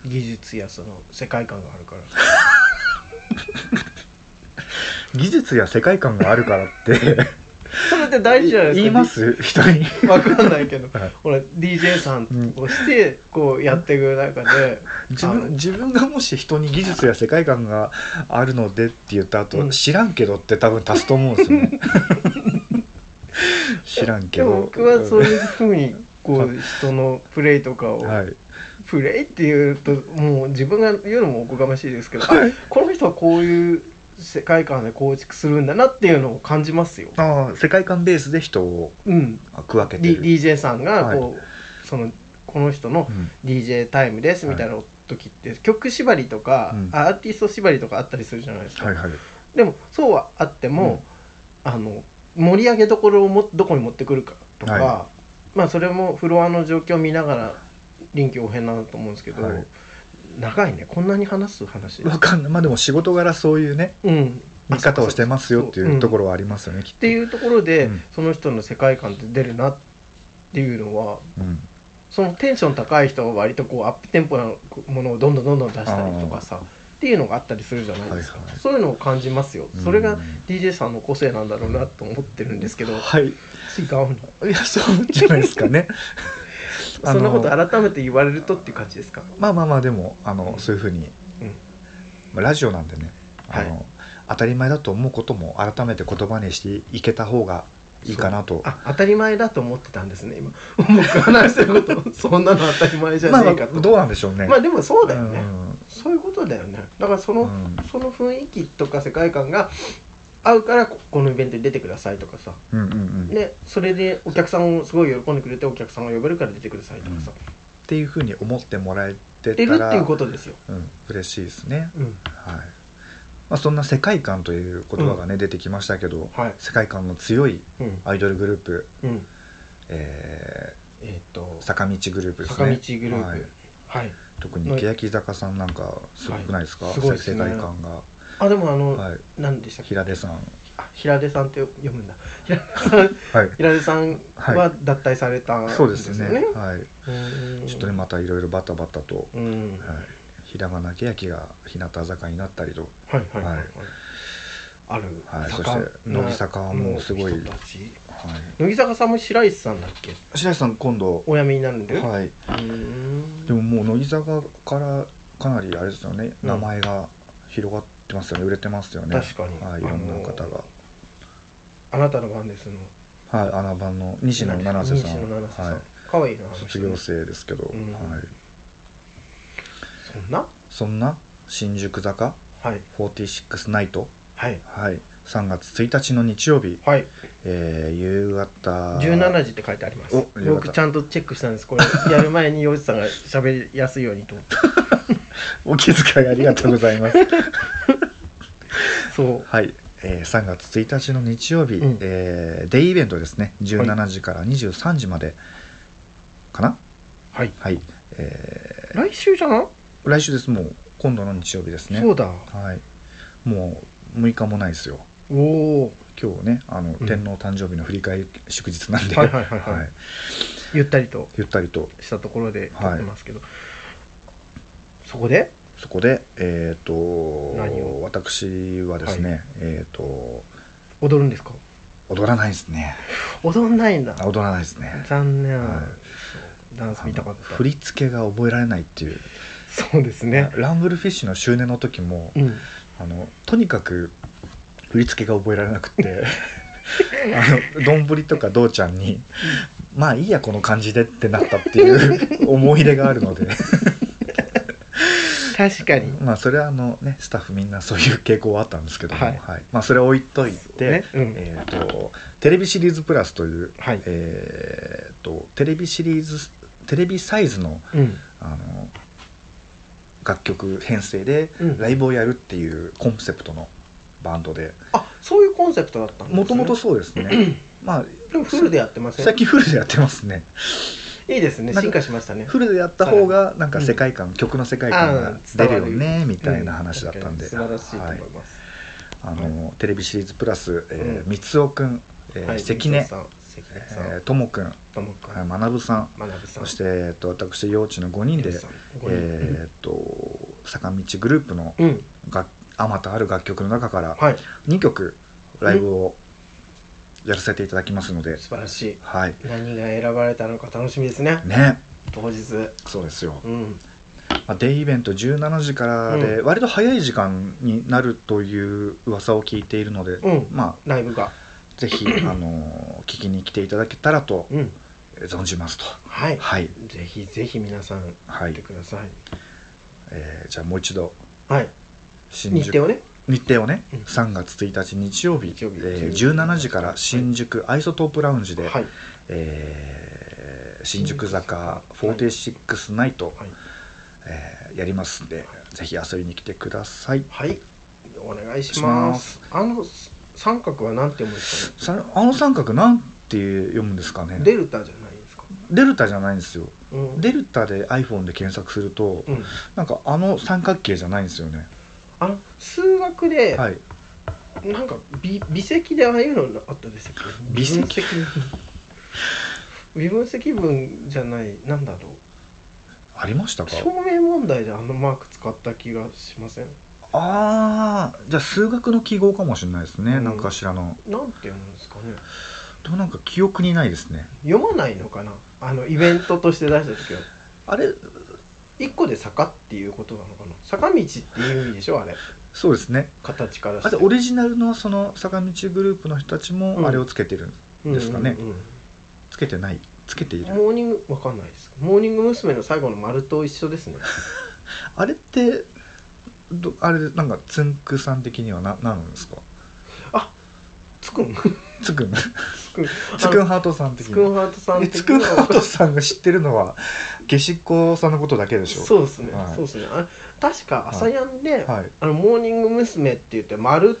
S1: 技術やその世界観があるから
S2: 技術や世界観があるからって
S1: それって <laughs> 大事じゃないですか
S2: 言います人に
S1: <laughs> わかんないけど、
S2: はい
S1: ほら DJ さんをしてこうやっていく中で
S2: 自
S1: あの
S2: 分自分がもし人に技術や世界観があるのでって言った後、
S1: うん
S2: 知らんけどって多分足すと思うんです
S1: <laughs>
S2: よね知らんけ
S1: で
S2: ど
S1: も僕はそういうふうにこう人のプレイとかを、
S2: はい
S1: プレイっていうともう自分が言うのもおこがましいですけど、あこの人はこういう世界観で構築するんだなっていうのを感じますよ。
S2: ああ世界観ベースで人を
S1: うん、
S2: 区分けて
S1: D
S2: る、
S1: DJ さんがこう、そのこの人の
S2: うん
S1: DJ タイムですみたいな時って、曲縛りとか、
S2: うん
S1: アーティスト縛りとかあったりするじゃないですか、
S2: はいはい
S1: でもそうはあっても、あの盛り上げどころをもどこに持ってくるかとか、
S2: は
S1: まあそれもフロアの状況を見ながら臨機応変なんだと思うんですけど、
S2: はい
S1: 長いねこんなに話す話
S2: わかんないまあでも仕事柄そういうね
S1: うん
S2: 見方をしてますよっていうとこ
S1: ろ、
S2: ろはありますよねきっ
S1: っ
S2: と
S1: ていうところで、
S2: うん
S1: その人の世界観って出るなっていうのは
S2: うん
S1: そのテンション高い人は割とこうアップテンポなものをどんどんどんどん出したりとかさっていうのがあったりするじゃないですか、
S2: はいはい
S1: そういうのを感じますよ、
S2: うん
S1: それが DJ さんの個性なんだろうなと思ってるんですけど、
S2: はい
S1: 違うの
S2: いやそうじゃないですかね
S1: <laughs>
S2: あ
S1: そんな
S2: の
S1: こと改めて言われるとっていう感じですか、
S2: まあまあまあでもあのそういうふうに、
S1: うん
S2: まあラジオなんでねあの、
S1: は
S2: 当たり前だと思うことも改めて言葉にしていけた方がいいかなと
S1: あ当たり前だと思ってたんですね今僕話してることそんなの当たり前じゃ
S2: まあ、
S1: ね
S2: まあ
S1: えかと、まあ
S2: どうなんでしょうね。
S1: でもそうだよね、
S2: うん
S1: そういうことだよねだからその、
S2: うん
S1: その雰囲気とか世界観が合うからここのイベントに出てくださいとかさ
S2: うんうんうん
S1: でそれでお客さんをすごい喜んでくれてお客さんが呼べるから出てくださいとかさ、
S2: っていうふうに思ってもらえて
S1: 出る
S2: た
S1: ってい
S2: ら
S1: うことですよ、
S2: うん嬉しいですね。
S1: うん、
S2: はいまあ、そんな世界観という言葉がね、出てきましたけど、
S1: はい
S2: 世界観の強い
S1: うん
S2: アイドルグループ、
S1: うん
S2: え
S1: えーっと
S2: ー坂道グループです
S1: 坂道グ
S2: ね
S1: ループは
S2: はいい、特に欅坂さんなんかすごくないですか、
S1: はいすごいです
S2: 世
S1: ね
S2: 界観が、
S1: あでもあの、
S2: はい、
S1: 何でしたっけ
S2: 平出さん、
S1: あ平出さんって読むんだ <laughs> 平出さん
S2: はい、
S1: 平出さん
S2: は
S1: は脱退されたんです
S2: そ
S1: よ
S2: う
S1: ね、
S2: ですねはい、
S1: うん
S2: ちょっとねまたいろいろバタバタと、
S1: うんはい
S2: はい、ひらがなけやきが日向坂になったりと、
S1: はいはい、
S2: はい
S1: ある、
S2: はい
S1: 坂
S2: そして乃木坂はもうすごい
S1: の人たち
S2: はい、
S1: 乃木坂さんも白石さんだっけ
S2: 白石さん今度
S1: お辞めになるんだよ、
S2: はい、
S1: うーん
S2: でももう乃木坂からかなりあれですよね、
S1: うん
S2: 名前が広がってますよね売れてますよね
S1: 確かに
S2: はい、いろんな方が、
S1: あなたの番ですの
S2: はい穴番の西野七瀬さん
S1: 西野七瀬さん、
S2: はい
S1: かわいいなあの人
S2: 卒業生ですけど、
S1: うん
S2: はい、
S1: そんな
S2: そんな新宿坂
S1: はい
S2: 46ナイト、
S1: はい
S2: はい、3月1日の日曜日、
S1: はい
S2: えー夕方
S1: 17時って書いてあります
S2: およかった
S1: 僕ちゃんとチェックしたんですこれやる前に洋一さんが喋りやすいようにと思って
S2: お気遣いありがとうござい
S1: <laughs>
S2: ます
S1: そう
S2: はい、えー3月1日の日曜日、
S1: うん
S2: えーデイイベントですね
S1: は
S2: 17時から23時までかな
S1: はい
S2: はい、え
S1: 来週じゃん、
S2: ー来週ですもう今度の日曜日ですね
S1: そうだ
S2: はいもう6日もないですよ
S1: おお
S2: 今日ねあの、
S1: うん
S2: 天皇誕生日の振り替え祝日なんで、
S1: はいはいはいはい
S2: はい
S1: ゆったりと
S2: ゆったりと
S1: したところで撮ってますけど、そこで
S2: そこでえっ、
S1: 何
S2: と
S1: を
S2: 私はですね、えっ、と
S1: 踊るんですか
S2: 踊らないですね
S1: 踊んないんだ
S2: あ踊らないですね
S1: 残念、
S2: は
S1: そうダンス見たかった
S2: 振り付けが覚えられないっていう
S1: そうですね
S2: ランブルフィッシュの周年の時も、
S1: うん
S2: あのとにかく振り付けが覚えられなく
S1: <laughs>
S2: てあの丼とかどうちゃんに「まあいいやこの感じで」ってなったっていう <laughs> 思い出があるので
S1: 確かに
S2: まあそれはあの、ね、スタッフみんなそういう傾向はあったんですけども、
S1: は
S2: はいいまあ、それは置いといて、
S1: そうねうん
S2: えー、とテレビシリーズプラスという、
S1: はい
S2: えー、とテレビシリーズテレビサイズの
S1: うん
S2: あの楽曲編成で
S1: うん
S2: ライブをやるっていうコンセプトのバンドで
S1: あそういうコンセプトだったんですね
S2: もともとそうで
S1: <clears throat>
S2: すねまあ
S1: でもフルでやってません
S2: 最近フルでやってますね
S1: いいですね
S2: なんか
S1: 進化しましたね
S2: フルでやった方がなんか世界観、曲の世界観
S1: あ
S2: が
S1: ー伝
S2: 出る
S1: わ
S2: よねみたいな話だったんで、
S1: う確かに素晴らしいと思い
S2: はい
S1: ます、
S2: あのテレビシリーズプラス、えー
S1: うん
S2: 三つおくん、えー
S1: はい
S2: 関根
S1: 水野さん関根さん、
S2: えーともくん
S1: ともくん、
S2: まなぶさん
S1: 学さん
S2: そして、えー、と私幼稚の5人で
S1: ゆうさん五人
S2: えー、と坂道グループの
S1: うんうん
S2: があまたある楽曲の中から
S1: はい
S2: 2曲ライブをやらせていただきますので
S1: 素晴らしい
S2: はい
S1: 何が選ばれたのか楽しみですね
S2: ね
S1: 当日
S2: そうですよ、
S1: うん
S2: まあ、デイイベント17時からで、
S1: う
S2: 割と早い時間になるという噂を聞いているので、
S1: うん
S2: まあ
S1: ライブが
S2: ぜ
S1: <clears throat>
S2: ひあの聞きに来ていただけたらと
S1: うん
S2: えー存じますと
S1: はい、
S2: はい、
S1: ぜひぜひ皆さん
S2: は
S1: 来て
S2: い
S1: ください
S2: えーじゃあもう一度
S1: はい、
S2: 新
S1: 日
S2: 宿
S1: 程をね
S2: 日程をね、
S1: うん
S2: 3月1日日曜日
S1: 日曜日
S2: えー17時から新宿アイソトープラウンジで、
S1: はい
S2: えー新宿坂46ナイト、
S1: はい
S2: えーやりますんでぜひ遊びに来てください
S1: はいお願いしますあの三角は何て読むんですかね
S2: さあの三角なんて読むんですかね
S1: デルタじゃないですか、
S2: デルタじゃないんですよ
S1: うん
S2: デルタで iPhone で検索すると、
S1: うん、
S2: なんかあの三角形じゃないんですよね
S1: あの数学で、
S2: はい
S1: なんか微微積でああいうのなかったですたっけ
S2: 微積
S1: <laughs> 微分積分じゃないなんだろう
S2: ありましたか
S1: 証明問題であのマーク使った気がしません
S2: ああじゃあ数学の記号かもしれないですね、
S1: うん
S2: なんかしらの
S1: なんて読むんですかね
S2: でもなんか記憶にないですね
S1: 読まないのかなあのイベントとして出した時は <laughs>
S2: あれ
S1: 一個で坂っていうことなのかな坂道っていう意味でしょあれ
S2: そうですね
S1: 形から
S2: あ
S1: して
S2: とオリジナルのその坂道グループの人た
S1: う
S2: ち
S1: ん
S2: もあれをつけてる、ですかね
S1: うんうんうん
S2: つけてないつけている
S1: モーニングわかんないですモーニング娘。の最後の丸と一緒ですね
S2: あれってどあれなんかつんくさん的にはな何なんですか
S1: つくん
S2: つくん
S1: つくん
S2: つくんハートさん的
S1: つくん
S2: に
S1: ハートさん
S2: え
S1: 的
S2: つくん
S1: な
S2: ハートさんが知ってるのは下しっこさんのことだけでしょ
S1: そうですね、
S2: はい
S1: そうですねあ確か朝やんで、
S2: はい
S1: あのモーニング娘。って言って丸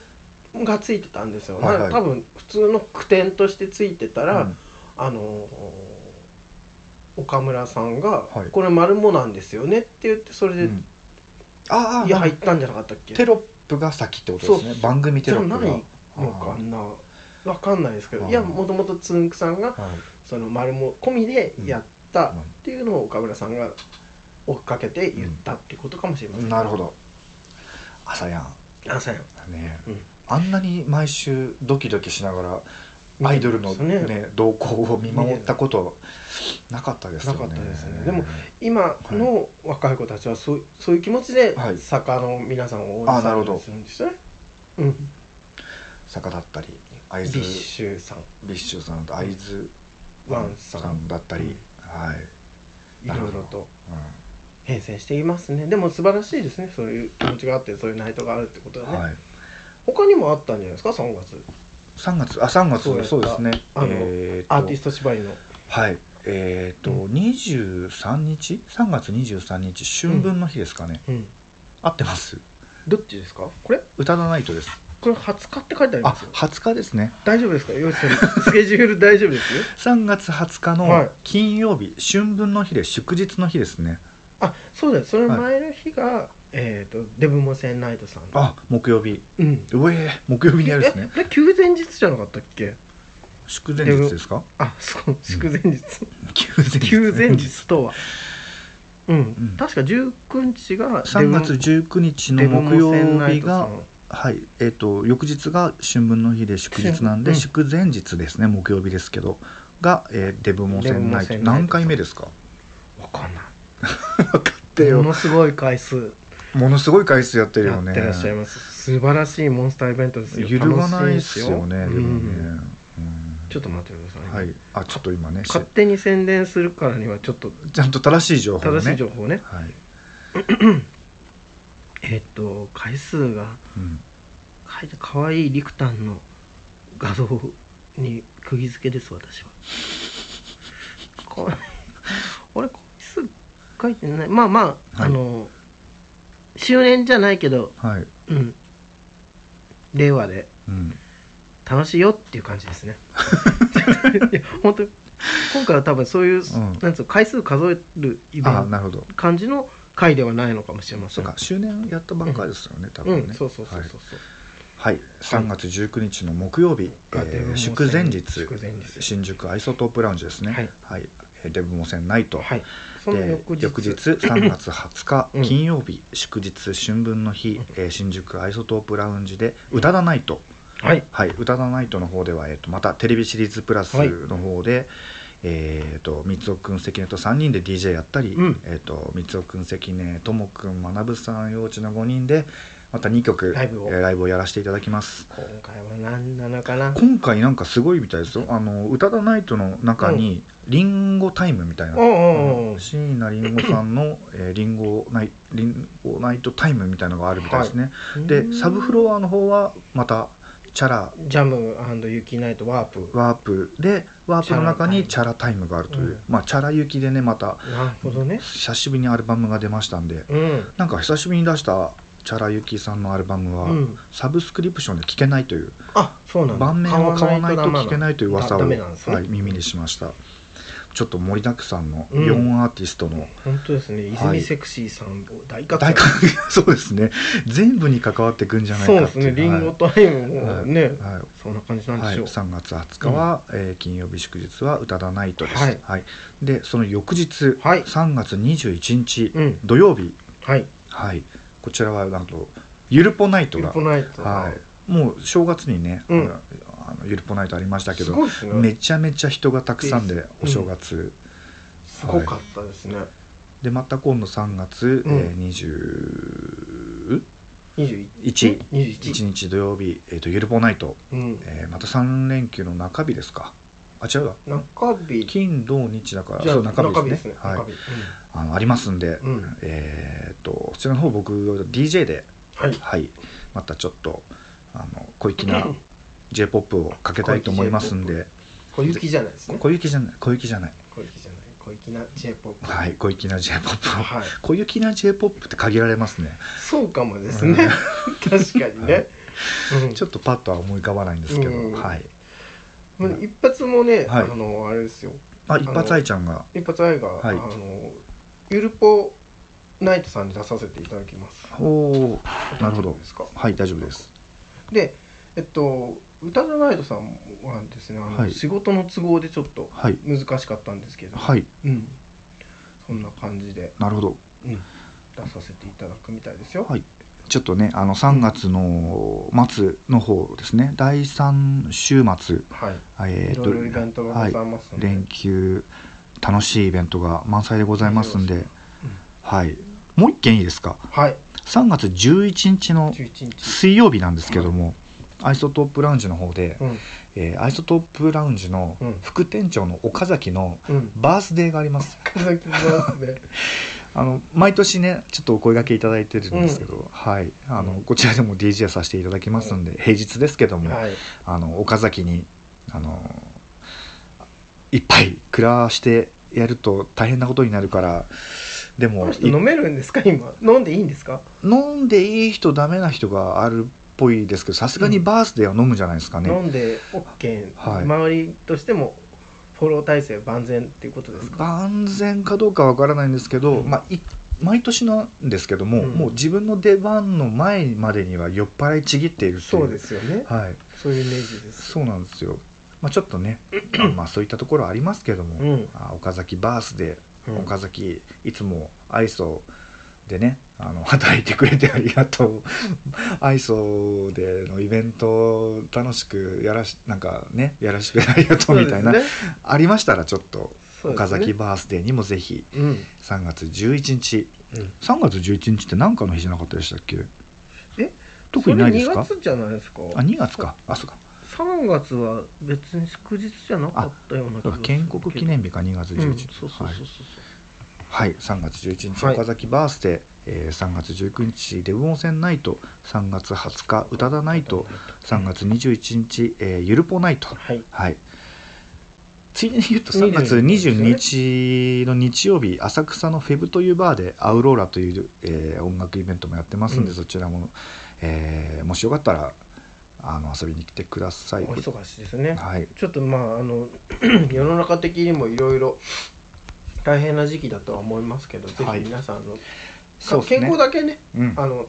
S1: がついてたんですよ、
S2: はいは
S1: な
S2: い
S1: んか多分普通の句点としてついてたら、
S2: うん
S1: あのー岡村さんが、
S2: はい
S1: これ丸もなんですよね」って言ってそれで、
S2: うんああ
S1: いや入ったんじゃなかったっけ
S2: テロップが先ってことです
S1: そう
S2: ね番組テ
S1: じゃ
S2: ロップが
S1: ないのかなわかんないですけど
S2: あー
S1: いやもともとつんくさんが
S2: はい
S1: その丸も込みでやったっていうのを岡村さんが追っかけて言ったってことかもしれません、
S2: なるほど朝やん
S1: 朝やん
S2: ね
S1: うん
S2: あんなに毎週ドキドキしながらアイドルの
S1: 見てま
S2: ね
S1: すね
S2: 動向を見守ったことなかったですよね
S1: なかったですねでも今の若い子たちはそうそういう気持ちで
S2: はい
S1: 坂の皆さんを応援
S2: あな
S1: され
S2: るほ
S1: た
S2: ど
S1: りするんですよね。うん、
S2: 坂だったり
S1: ビ
S2: 会津
S1: ッシュさん
S2: ビッシュさんと会津
S1: ワンさん
S2: ワだったり、はい
S1: いろいろと、
S2: うん
S1: 変遷していますねでも素晴らしいですねそういう気持ちがあってそういうナイトがあるってことはね、
S2: はい、
S1: 他にもあったんじゃないですか3月
S2: 3月あ3月
S1: そう
S2: そ
S1: やっ
S2: う
S1: た
S2: ですね
S1: あの
S2: えーと
S1: アーティスト芝居の
S2: はいえっ、と、
S1: う
S2: 23日3月23日春分の日ですかね、
S1: うん
S2: 合ってます
S1: どっちですかこれ
S2: 歌のナイトです
S1: これ20日って書いてあり
S2: あ
S1: ますよ
S2: 20日ですね
S1: 大丈夫ですかよしさんスケジュール大丈夫ですよ
S2: 3月20日
S1: はい
S2: の金曜日、春分の日で祝日の日ですね
S1: あそうだよその前の日が、えっ、とデブモセンナイトさんの
S2: あ木曜日
S1: うん
S2: うえー木曜日にやるんです
S1: え <laughs>
S2: ね
S1: これ休前日じゃなかったっけ
S2: 祝前日ですか
S1: あそう祝前日、
S2: <laughs> 休前日
S1: 休前日と
S2: <laughs>
S1: はうん、
S2: ん
S1: 確か19日が
S2: 3月19日の
S1: デブ
S2: 木曜
S1: デブモセンナイ
S2: 日
S1: トさ
S2: が
S1: ん
S2: はいえっ、と翌日が春分の日で祝日なんで、
S1: うん
S2: 祝前日ですね木曜日ですけどが、えーデブモセンナ
S1: デブモセンナ
S2: イト
S1: イトさん
S2: 何回目ですか <laughs>
S1: わかんない
S2: 分かって
S1: も
S2: よ
S1: のすごい回数
S2: ものすごい回数やってる
S1: や
S2: よ
S1: っ
S2: ね
S1: てらっしゃいます、素晴らしいモンスターイベントですよ
S2: 揺るがないですよね
S1: 楽しいですよ
S2: でもね、
S1: うん
S2: うん
S1: ちょっと待ってくださいね、
S2: はい、あちょっと今ねし
S1: 勝手に宣伝するからにはちょっと
S2: ちゃんと正しい情報をね
S1: 正しい情報ね
S2: はい、
S1: えっと回数が
S2: うん、
S1: 書いて可愛いリクタンの画像に釘付けです私はこ俺回数書いてないまあまあ、
S2: はい
S1: あの周年じゃないけど
S2: はい、
S1: うん令和で
S2: うん、
S1: 楽しいよっていう感じです
S2: <laughs>
S1: ねいや本当に今回は多分そういう、
S2: ん
S1: なんつうの回数数えるイベン
S2: あな
S1: ト
S2: るほど
S1: 感じの回ではないのかもしれませ
S2: そ
S1: ん
S2: うか周年やったばっかりですよね、多
S1: う
S2: 分
S1: ん
S2: ね、
S1: そうそうそうそうそう、
S2: はい、はい、3月19日の木曜日、
S1: がデ
S2: え
S1: ブ
S2: ー
S1: モセン
S2: 祝前日
S1: 祝前日
S2: 新宿アイソトープラウンジですね
S1: はい、
S2: えーデブモセンナイト、
S1: はいその
S2: で
S1: 翌
S2: 翌
S1: 日
S2: 日3月20日、
S1: <laughs> うん
S2: 金曜日祝日春分の日、えー新宿アイソトープラウンジで「宇多田ナイト」
S1: はい
S2: はい、宇多田ナイトの方では、えっと、またテレビシリーズプラスの方で、えっと、三尾くん、関根と3人で DJ やったり、
S1: うん
S2: えっと、三尾くん、関根、ともくん、学ぶさん、幼稚の5人で、また2曲
S1: ライブを
S2: えーライブをやらせていただきます
S1: 今回は何なのかな
S2: 今回なんかすごいみたいですよあの「宇多田ナイト」の中に「リンゴタイム」みたいな、
S1: うんうんうん
S2: 椎名林檎さんの「えー、リンゴナイリンゴナイトタイム」みたいなのがあるみたいですね、でサブフロアの方はまたチャラ
S1: ジャム雪ナイトワープ
S2: ワープでワープの中にチ
S1: チ
S2: ャラタイムがあるという、
S1: うん
S2: まあチャラ雪でねまた
S1: なるほどね
S2: 久しぶりにアルバムが出ましたんで
S1: うん
S2: なんか久しぶりに出したチャラユキさんのアルバムは、
S1: うん
S2: サブスクリプションで聴けないという
S1: あそうなんだ
S2: 盤面を買わないと聞けないという噂を、
S1: ダメなんですね、
S2: はい、耳にしましたちょっと盛りだくさんの
S1: うん
S2: 4アーティストの
S1: 本当ですね
S2: は
S1: 泉
S2: い
S1: セクシーさんを大活
S2: 大
S1: 躍、
S2: 活躍 <laughs> そうですね全部に関わっていくんじゃない
S1: そう
S2: か
S1: で
S2: っ
S1: す
S2: てい
S1: ね
S2: う
S1: リンゴタイムもね、
S2: はいはい
S1: そんな感じなんで
S2: はい、
S1: しょう、
S2: 3月20日は、えー金曜日祝日は「宇多田ナイト」です、
S1: は
S2: はいいでその翌日、
S1: はい
S2: 3月21日、
S1: うん
S2: 土曜日、
S1: はい
S2: はい、こちらはなんとゆるぽナイト
S1: トル
S2: が
S1: ポナイトが
S2: はい、もう正月にね、
S1: うん
S2: あのあのゆるぽナイトありましたけ
S1: す
S2: ど
S1: ごいですね
S2: めちゃめちゃ人がたくさんで
S1: うん
S2: お正月、
S1: すごかったですね、
S2: でまた今度3月、
S1: うん
S2: えー、
S1: 21
S2: 21
S1: 21
S2: 1日土曜日、えー、とゆるぽナイト、
S1: うん
S2: えーまた3連休の中日ですかあ違うわ
S1: 中日
S2: 金土日だから
S1: じゃあ
S2: そう中
S1: 中日
S2: 日で
S1: ですす
S2: ね
S1: ね
S2: は
S1: 中
S2: い
S1: 日
S2: あのありますんで、
S1: うん
S2: えーっとこちらの方僕 DJ で
S1: うんはい
S2: はいまたちょっとあの小
S1: <clears throat>
S2: 粋な j p o p をかけたいと思いますんで
S1: 小雪じゃないですね
S2: 小粋じゃない小粋じゃない
S1: 小雪じゃない小雪な j p o p
S2: はい小粋な j p o p を、
S1: はい
S2: 小粋な j p o p って限られますね
S1: そうかもですね <laughs> 確かにね、うん
S2: ちょっとパッとは思い浮かばないんですけど、
S1: うん
S2: はい
S1: もう一発もね、
S2: はい
S1: あのあれですよ
S2: あ一発愛ちゃんが
S1: 一発愛が、
S2: はい
S1: あのゆるぽナイトさんに出させていただきます
S2: おおなるほ
S1: 大丈
S2: ど
S1: 夫ですか
S2: はい大丈夫です
S1: でえっと歌田ナイトさんはですねあの、
S2: はい
S1: 仕事の都合でちょっと
S2: はい
S1: 難しかったんですけど、
S2: はい
S1: うんそんな感じで、
S2: なるほど
S1: うん、出させていただくみたいですよ、
S2: はい、ちょっとねあの3月の末の方ですね第3週末
S1: はい
S2: え
S1: いろいろイベントがございますので、
S2: はい、連休楽しいイベントが満載でございますんで、はい、もう一件いいですか
S1: はい
S2: 3月11日の
S1: 11日、
S2: 水曜日なんですけども、アイソトープラウンジの方で、
S1: うん
S2: えーアイソトープラウンジの
S1: うん
S2: 副店長の岡崎の
S1: うん、
S2: バースデーがあります、
S1: 岡崎バース
S2: <laughs>
S1: で
S2: あの毎年ねちょっとお声掛けいただいてるんですけど、はいあの、
S1: うん
S2: こちらでも DJ させていただきますんで、平日ですけども、
S1: はい
S2: あの岡崎にあのいっぱい暮らしてやると大変なことになるからで
S1: こ
S2: も
S1: の人飲めるんですか今飲んでいいんですか
S2: 飲んでいい人ダメな人があるっぽいですけどさすがにバースデーは飲むんじゃないですかね、
S1: 飲んで OK、
S2: はい
S1: 周りとしてもフォロー体制万全っていうことですか
S2: 万全かどうかわからないんですけど、
S1: うん
S2: まあ、い毎年なんですけども、
S1: うん
S2: もう自分の出番の前までには酔っ払いちぎっているっていう
S1: そうですよね
S2: はい、
S1: そういうイメージです
S2: そうなんですよ、まあ、ちょっ
S1: <clears throat>
S2: とねあまあそういったところはありますけども、
S1: うん
S2: あ岡崎バースデー
S1: うん
S2: 岡崎いつも愛想でねあの <laughs> 働いてくれてありがとう <laughs> 愛想でのイベントを楽しくやらしなんかねやらしくありがとうみたいな、
S1: そうで
S2: ありましたらちょっと、
S1: すね
S2: 岡崎
S1: そう
S2: バースデーにもぜひ
S1: ですねうん
S2: 3月11日
S1: うん
S2: 3月11日って何かの日じゃなかったでしたっけ
S1: え
S2: 特にないですか
S1: それ2月じゃないですか
S2: あ2月かあそうか
S1: 3月は別に祝日じゃなかったような気がするけ
S2: 建
S1: ど
S2: 国記念日か2月
S1: う
S2: 11
S1: ん
S2: 日、
S1: そうそうそうそう
S2: はい、3月11日、
S1: はい
S2: 岡崎バースデー、えー3月19日デブ温泉ナイト3月20日宇多田ナイト3月21日、えーゆるぽナイト
S1: はい
S2: はいついでに言うと3月22日の日曜日浅草のフェブというバーでアウローラという、えー音楽イベントもやってますんで、
S1: うん
S2: そちらも、えーもしよかったらあの遊びに来てくださ
S1: お
S2: い
S1: 忙しいですね
S2: はい
S1: ちょっとまああの <clears throat> 世の中的にもいろいろ大変な時期だとは思いますけど、ぜひ
S2: はい
S1: 皆さんあの、か
S2: そうですね
S1: 健康だけね、
S2: うん
S1: あの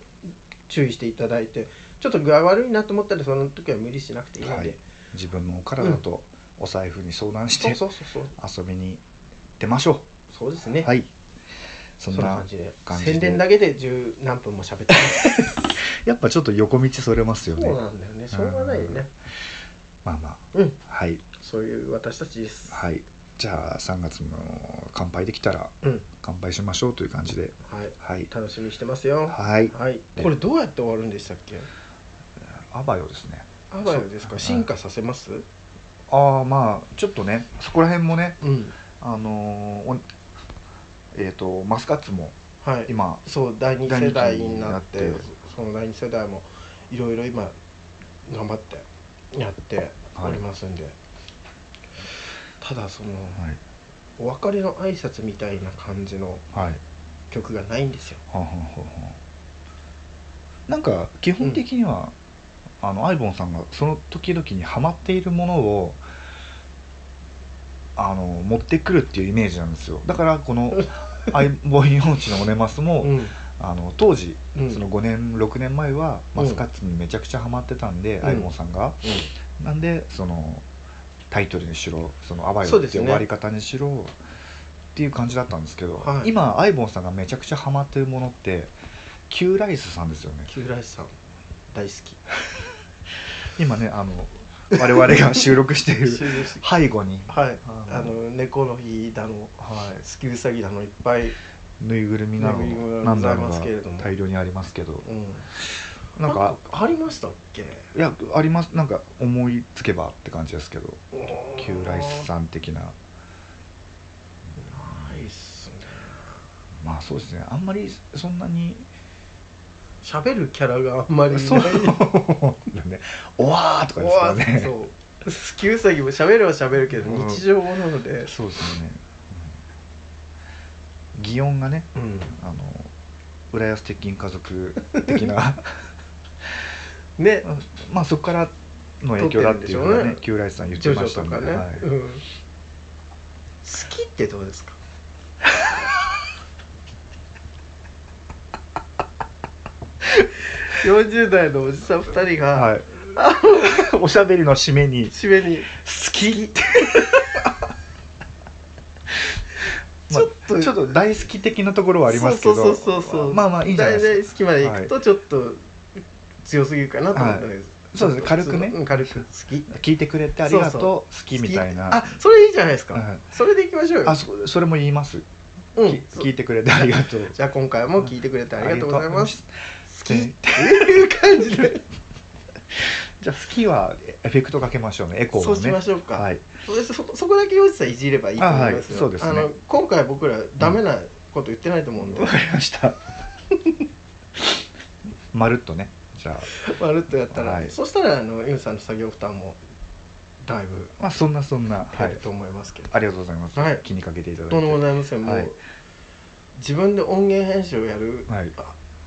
S1: 注意していただいて、ちょっと具合悪いなと思ったらその時は無理しなくていいの
S2: は
S1: で、
S2: い、自分のお体とお財布に相談して、
S1: そうそうそうそう、
S2: 遊びに出ましょ
S1: そうです
S2: う
S1: ね。
S2: はいそ
S1: そん
S2: ん
S1: な
S2: な感
S1: 感
S2: じ
S1: じ
S2: で
S1: で宣伝だけで十何分も喋ってます。
S2: やっぱちょっと横道それますよ
S1: そう
S2: ね
S1: なんだよね。しょうがないよね。
S2: まあま
S1: うん。
S2: あはい
S1: そういう私たちです。
S2: はいじゃあ3月も乾杯できたら
S1: うん。
S2: 乾乾杯しましょうという感じで
S1: はい
S2: はい
S1: 楽しみにしてますよ
S2: はい
S1: はいこれどうやって終わるんでしたっけ
S2: あばよですね
S1: あばよですか
S2: はい
S1: 進化させます
S2: ああまあちょっとねそこら辺もね
S1: うん
S2: あのーおえっ、とマスカッツも
S1: はい
S2: 今
S1: そう第二世代になっ
S2: 第
S1: て
S2: 二期になって
S1: その第二世代もいろいろ今頑張ってやっておりますんで、ただその
S2: はい
S1: お別れの挨拶みたいな感じの
S2: はい
S1: 曲がないんですよ
S2: はあはあはあはあなんか基本的には、あのアイボンさんがその時々にハマっているものをあの持ってくるっていうイメージなんですよだからこ <laughs> の「アイボン用地のオネマスも」
S1: うん
S2: あの当時、
S1: うん
S2: その5年6年前は
S1: うん
S2: マスカッツにめちゃくちゃハマってたんで、
S1: うん
S2: アイボンさんがなんでそのタイトルにしろそのアバイ
S1: そう
S2: オ
S1: で
S2: っ
S1: す
S2: て
S1: ね
S2: 終わり方にしろっていう感じだったんですけど、
S1: はい
S2: 今アイボンさんがめちゃくちゃハマってるものってキューライスさんですよね
S1: キューライスさん大好き
S2: 今ねあ
S1: <laughs>
S2: の我々が収録している
S1: 収録して
S2: 背後に、
S1: はい
S2: あの
S1: あの猫の日だの
S2: は
S1: スキウサギだのいっぱい、
S2: い、ぬいぐるみなの
S1: ぬいぐるみが
S2: なん
S1: ござ
S2: だろ
S1: いうます
S2: が
S1: けれども
S2: 大量にありますけど
S1: うん、
S2: なんか
S1: あありましたっけ
S2: いやありますなんか思いつけばって感じですけどキューライス
S1: ん
S2: さん的な
S1: ないっすね
S2: まあそうですねあんまりそんなに
S1: 喋るキャラがあんまりいない
S2: <laughs> そうだねおわーとかですからね
S1: うわそうスキウサギも喋るは喋るけど
S2: うん
S1: 日常なので
S2: そうですよね、うん擬音がね
S1: うん
S2: あの浦安鉄筋家族的
S1: <laughs>
S2: な
S1: ね
S2: まあそこからの影響だっていうの
S1: 撮ってるんでしょ
S2: が
S1: う
S2: ね
S1: ね
S2: 旧来さん言っ
S1: ジョ
S2: て
S1: ジ
S2: まし
S1: ョ
S2: た
S1: と
S2: ん
S1: か
S2: で、
S1: ね、
S2: はい
S1: うん、好きってどうです <laughs> か40代のおじさん2人が
S2: はい <laughs> おしゃべりの締めに「好
S1: 締めに
S2: き」って、ま
S1: ちょっと
S2: あ、ちょっと大好き的なところはありますけど
S1: そうそうそうそう
S2: まあまあいいんじゃないです
S1: 大体好き
S2: か
S1: まで行くとちょっと強すぎるかなと思ったんです、
S2: いそうですね軽くね
S1: うん軽く好き
S2: 聞いてくれてありがとう
S1: そ
S2: 好きみたいな
S1: あそれいいじゃないですか、
S2: はい
S1: それでいきましょうよ
S2: あそそれも言います、
S1: うん
S2: き聞いてくれてありがとう
S1: <laughs> じゃあ今回も聞いてくれてありがとうございます好き
S2: あり
S1: っていう感じで
S2: <laughs> じゃあ好きはエフェクトかけましょうねエコーをね
S1: そうしましょうか、
S2: はい
S1: そ <laughs> れそそそこだけ洋治さんいじればいいと思いますよ
S2: あはいそうですね
S1: あの今回僕らダメなこと言ってないと思うんで、 <laughs>
S2: わかりました <laughs> まるっとねじゃ
S1: まるっとやったら、
S2: はい
S1: そしたらあのユンさんの作業負担もだいぶ
S2: あまあそんなそんなは
S1: 減る
S2: い
S1: と思いますけど、
S2: ありがとうございます、
S1: はい
S2: 気にかけていただい
S1: とんでもご
S2: て
S1: ざいませんもう、
S2: はい
S1: 自分で音源編集をやる
S2: はい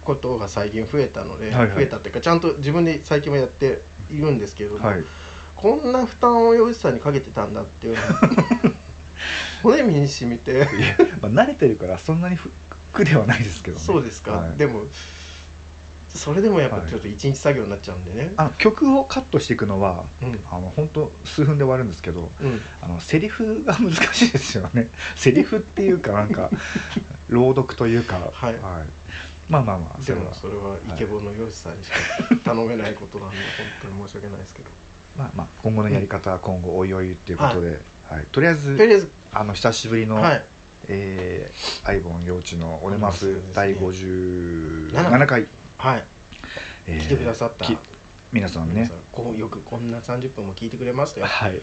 S1: ことが最近増えたので、
S2: はいはい
S1: 増えたっていうかちゃんと自分で最近もやっているんですけれども、
S2: はい
S1: こんな負担を洋一さんにかけてたんだっていうのが
S2: <laughs>
S1: 骨身に染みて
S2: いやまあ、慣れてるからそんなにふ苦ではないですけど、ね、
S1: そうですか、
S2: はい
S1: でもそれでもやっぱ
S2: はい
S1: ちょっと一日作業になっちゃうんでね、
S2: あの曲をカットしていくのは
S1: うん
S2: あの本当数分で終わるんですけど
S1: うん
S2: あのセリフが難しいですよね <laughs> セリフっていうかな
S1: <laughs>
S2: んか朗読というか、
S1: はい
S2: まあまあまあそ
S1: で
S2: れ
S1: も
S2: は
S1: それはイケボの洋一さんにしか頼めないことなんで本当に申し訳ない
S2: <laughs>
S1: ですけど
S2: まあまあ今後のやり方は今後おいおいっていうことで、はいとりあえず
S1: とりあえず
S2: あの久しぶりの、
S1: はい
S2: えーアイボン幼稚の「オネマ
S1: そうですね
S2: ス」第57回、
S1: はい
S2: えー
S1: 来てくださった
S2: き皆さん
S1: 皆
S2: ね
S1: さんこうよくこんな30分も聞いてくれましたよ
S2: はい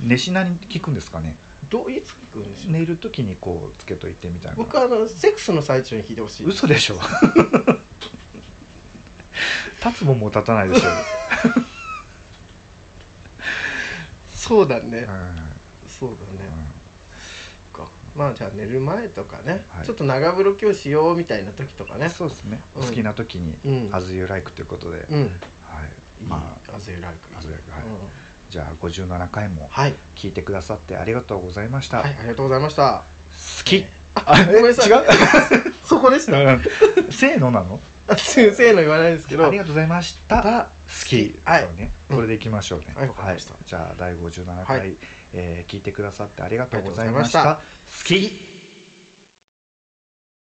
S2: 寝しなに聞くんですかね
S1: どういつ聞くんでしょう
S2: 寝る時にこうつけといてみたいな
S1: 僕はあのセックスの最中に聞いてほしい
S2: 嘘でしょ <laughs> 立つもんも立たないでしょ、
S1: そうだね、
S2: うんうん
S1: そうだね、かまあじゃあ寝る前とかね、
S2: はい
S1: ちょっと長風呂今日しようみたいな時とかね
S2: そうですね、
S1: うん
S2: お好きな時に
S1: うん
S2: 「As You Like」ということで、
S1: うん
S2: はい
S1: いい
S2: まあ
S1: アズユライク
S2: アズユライクはい
S1: うん
S2: じゃあ57回も
S1: はい、
S2: 聞いてくださってありがとうございました、
S1: はい、ありがとうございました
S2: 好き
S1: あごめんなさい
S2: 違う <laughs>
S1: そこでした
S2: うんせーのなの
S1: あ <laughs> 先生の言わないですけど
S2: ありがとうございました好き
S1: はい
S2: そうね
S1: うん
S2: これでいきましょうね、
S1: はいわかりました
S2: じゃあ第57回、
S1: はい
S2: えー聞いてくださってありがとうございまし
S1: あり
S2: た
S1: が
S2: 好き